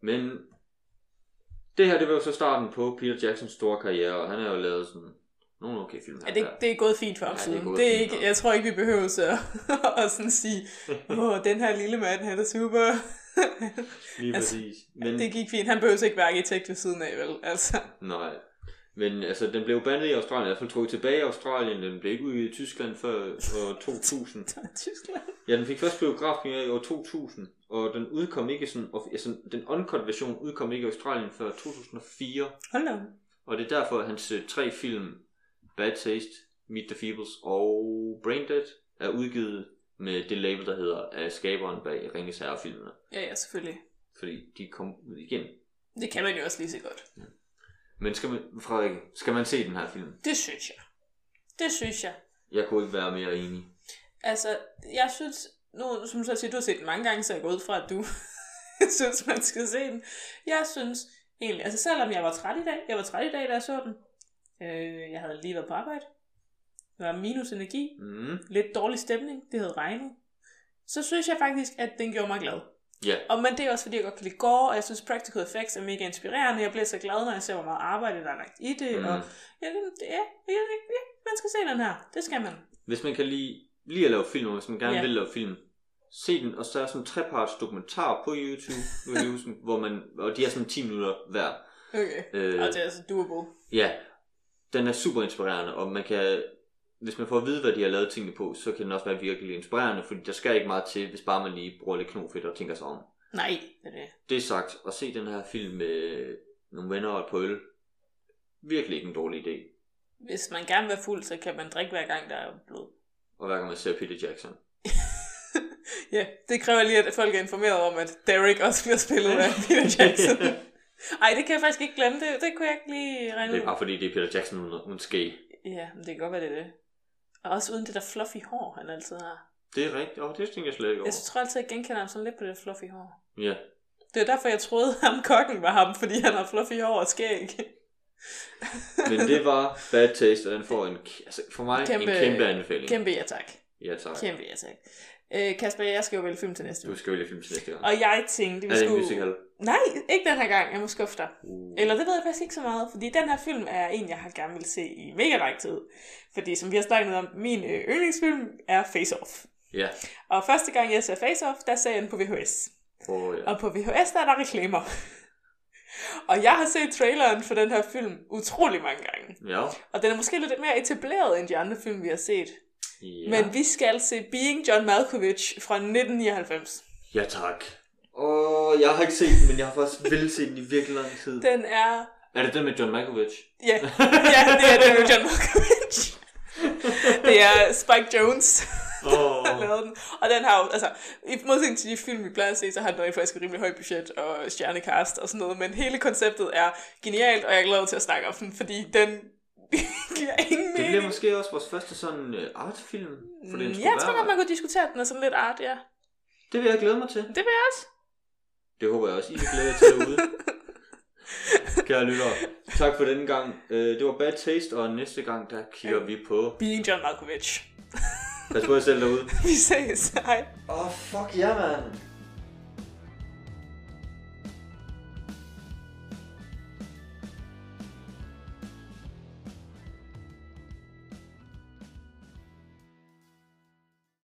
A: Men det her, det var jo så starten på Peter Jacksons store karriere, og han har jo lavet sådan nogle okay film her.
F: Ja, det,
A: og der.
F: det er gået fint for ham
A: Ja, det er
F: siden.
A: gået
F: det er
A: fint
F: ikke,
A: for ham.
F: jeg tror ikke, vi behøver så at sådan sige, åh, den her lille mand, han er super.
A: Lige
F: altså,
A: præcis. Men,
F: det gik fint. Han behøver ikke være arkitekt ved siden af, vel? Altså,
A: Nej. Men altså, den blev bandet i Australien, i hvert fald trukket tilbage i Australien, den blev ikke udgivet i Tyskland før år 2000.
F: det var Tyskland.
A: Ja, den fik først biografpremiere i år 2000, og den udkom ikke sådan, of- altså, den uncut version udkom ikke i Australien før 2004.
F: Hold da. op.
A: Og det er derfor, at hans øh, tre film, Bad Taste, Meet the Feebles og Braindead, er udgivet med det label, der hedder af skaberen bag Ringes Herre-filmene.
F: Ja, ja, selvfølgelig.
A: Fordi de kom ud igen.
F: Det kan man jo også lige så godt.
A: Men skal man, Frederik, skal man se den her film?
F: Det synes jeg. Det synes jeg.
A: Jeg kunne ikke være mere enig.
F: Altså, jeg synes, nu som så siger, du har set den mange gange, så jeg går ud fra, at du synes, man skal se den. Jeg synes egentlig, altså selvom jeg var træt i dag, jeg var træt i dag, da jeg så den. Øh, jeg havde lige været på arbejde. Der var minus energi,
A: Mm.
F: lidt dårlig stemning, det havde regnet. Så synes jeg faktisk, at den gjorde mig glad.
A: Ja,
F: Og men det er også fordi, jeg godt kan lide gore, og jeg synes practical effects er mega inspirerende. Jeg bliver så glad, når jeg ser, hvor meget arbejde der er lagt i det.
A: Mm.
F: Mm. Og ja, det- ja, ja, ja, man skal se den her. Det skal man.
A: hvis man kan lide, lide at lave film, og hvis man gerne
F: Ja.
A: vil lave film, se den, og så er sådan en treparts dokumentar på YouTube, nu kan jeg huske, den, hvor man, og de er sådan 10 minutter hver.
F: Okay.
A: Øh,
F: Og det er altså doable.
A: Ja, den er super inspirerende, og man kan, hvis man får at vide, hvad de har lavet tingene på, så kan den også være virkelig inspirerende, fordi der skal ikke meget til, hvis bare man lige bruger lidt knofedt og tænker sig om.
F: Nej, det er det.
A: Det sagt, at se den her film med nogle venner og et på øl, virkelig ikke en dårlig idé.
F: Hvis man gerne vil være fuld, så kan man drikke hver gang, der er blod.
A: Og hver gang man ser Peter Jackson.
F: Ja, det kræver lige, at folk er informeret om, at Derek også bliver spillet af Peter Jackson. Ej, det kan jeg faktisk ikke glemme. Det, det kunne jeg ikke lige regne
A: Det er
F: ud.
A: bare fordi, det er Peter Jackson uden, uden skæg.
F: Ja, men det kan godt være, det er det. Og også uden det der fluffy hår, han altid har.
A: Det er rigtigt. Åh, oh, det tænker jeg slet ikke over.
F: Jeg tror altid, jeg genkender ham sådan lidt på det der fluffy hår.
A: Ja.
F: Det er derfor, jeg troede, ham kokken var ham, fordi han har fluffy hår og skæg.
A: Men det var Bad Taste, og den får en, k- altså for mig kæmpe, en kæmpe anbefaling.
F: Kæmpe ja tak.
A: Ja, tak.
F: Kæmpe ja tak. Øh, Kasper, jeg skal jo vælge film til næste
A: Du
F: uge.
A: skal vælge film til næste gang.
F: Og jeg tænkte, vi
A: Er det en
F: skulle...
A: musical?
F: Nej, ikke den her gang. Jeg må skuffe dig.
A: Uh.
F: Eller det ved jeg faktisk ikke så meget, fordi den her film er en, jeg har gerne vil se i mega lang tid. Fordi som vi har snakket om, min øh, yndlingsfilm er Face Off.
A: Ja.
F: Og første gang jeg ser Face Off, der ser jeg den på VHS.
A: Åh, ja.
F: Og på VHS, der er der reklamer. og jeg har set traileren for den her film utrolig mange gange.
A: Ja.
F: Og den er måske lidt mere etableret end de andre film, vi har set.
A: ja.
F: Ja. Men vi skal se Being John Malkovich fra 1999.
A: Ja, tak. Åh, jeg har ikke set den, men jeg har faktisk ville se den i virkelig lang tid.
F: Den er
A: Er det den med John Malkovich?
F: Ja, ja det er det med John Malkovich. det er Spike Jones,
A: Åh,
F: der har lavet den. Og den har jo, altså, i modsætning til de film, vi plejer at se, så har den rent faktisk et rimelig højt budget og stjernekast og sådan noget. Men hele konceptet er genialt, og jeg er glad til at snakke om den, fordi den giver ingen
A: det bliver
F: mening.
A: måske også vores første sådan uh, artfilm, for den
F: Mm,
A: skulle
F: Jeg tror
A: være.
F: godt, man kunne diskutere den og sådan lidt art, ja.
A: Det vil jeg glæde mig til.
F: Det vil jeg også.
A: Det håber jeg også, I vil glæde jer til derude. Kære lyttere, tak for denne gang. Øh, Det var Bad Taste, og næste gang, der kigger vi på
F: Being John Malkovich.
A: Pas på jer selv derude.
F: Vi ses. Hej.
A: Åh, oh, fuck ja, yeah, mand.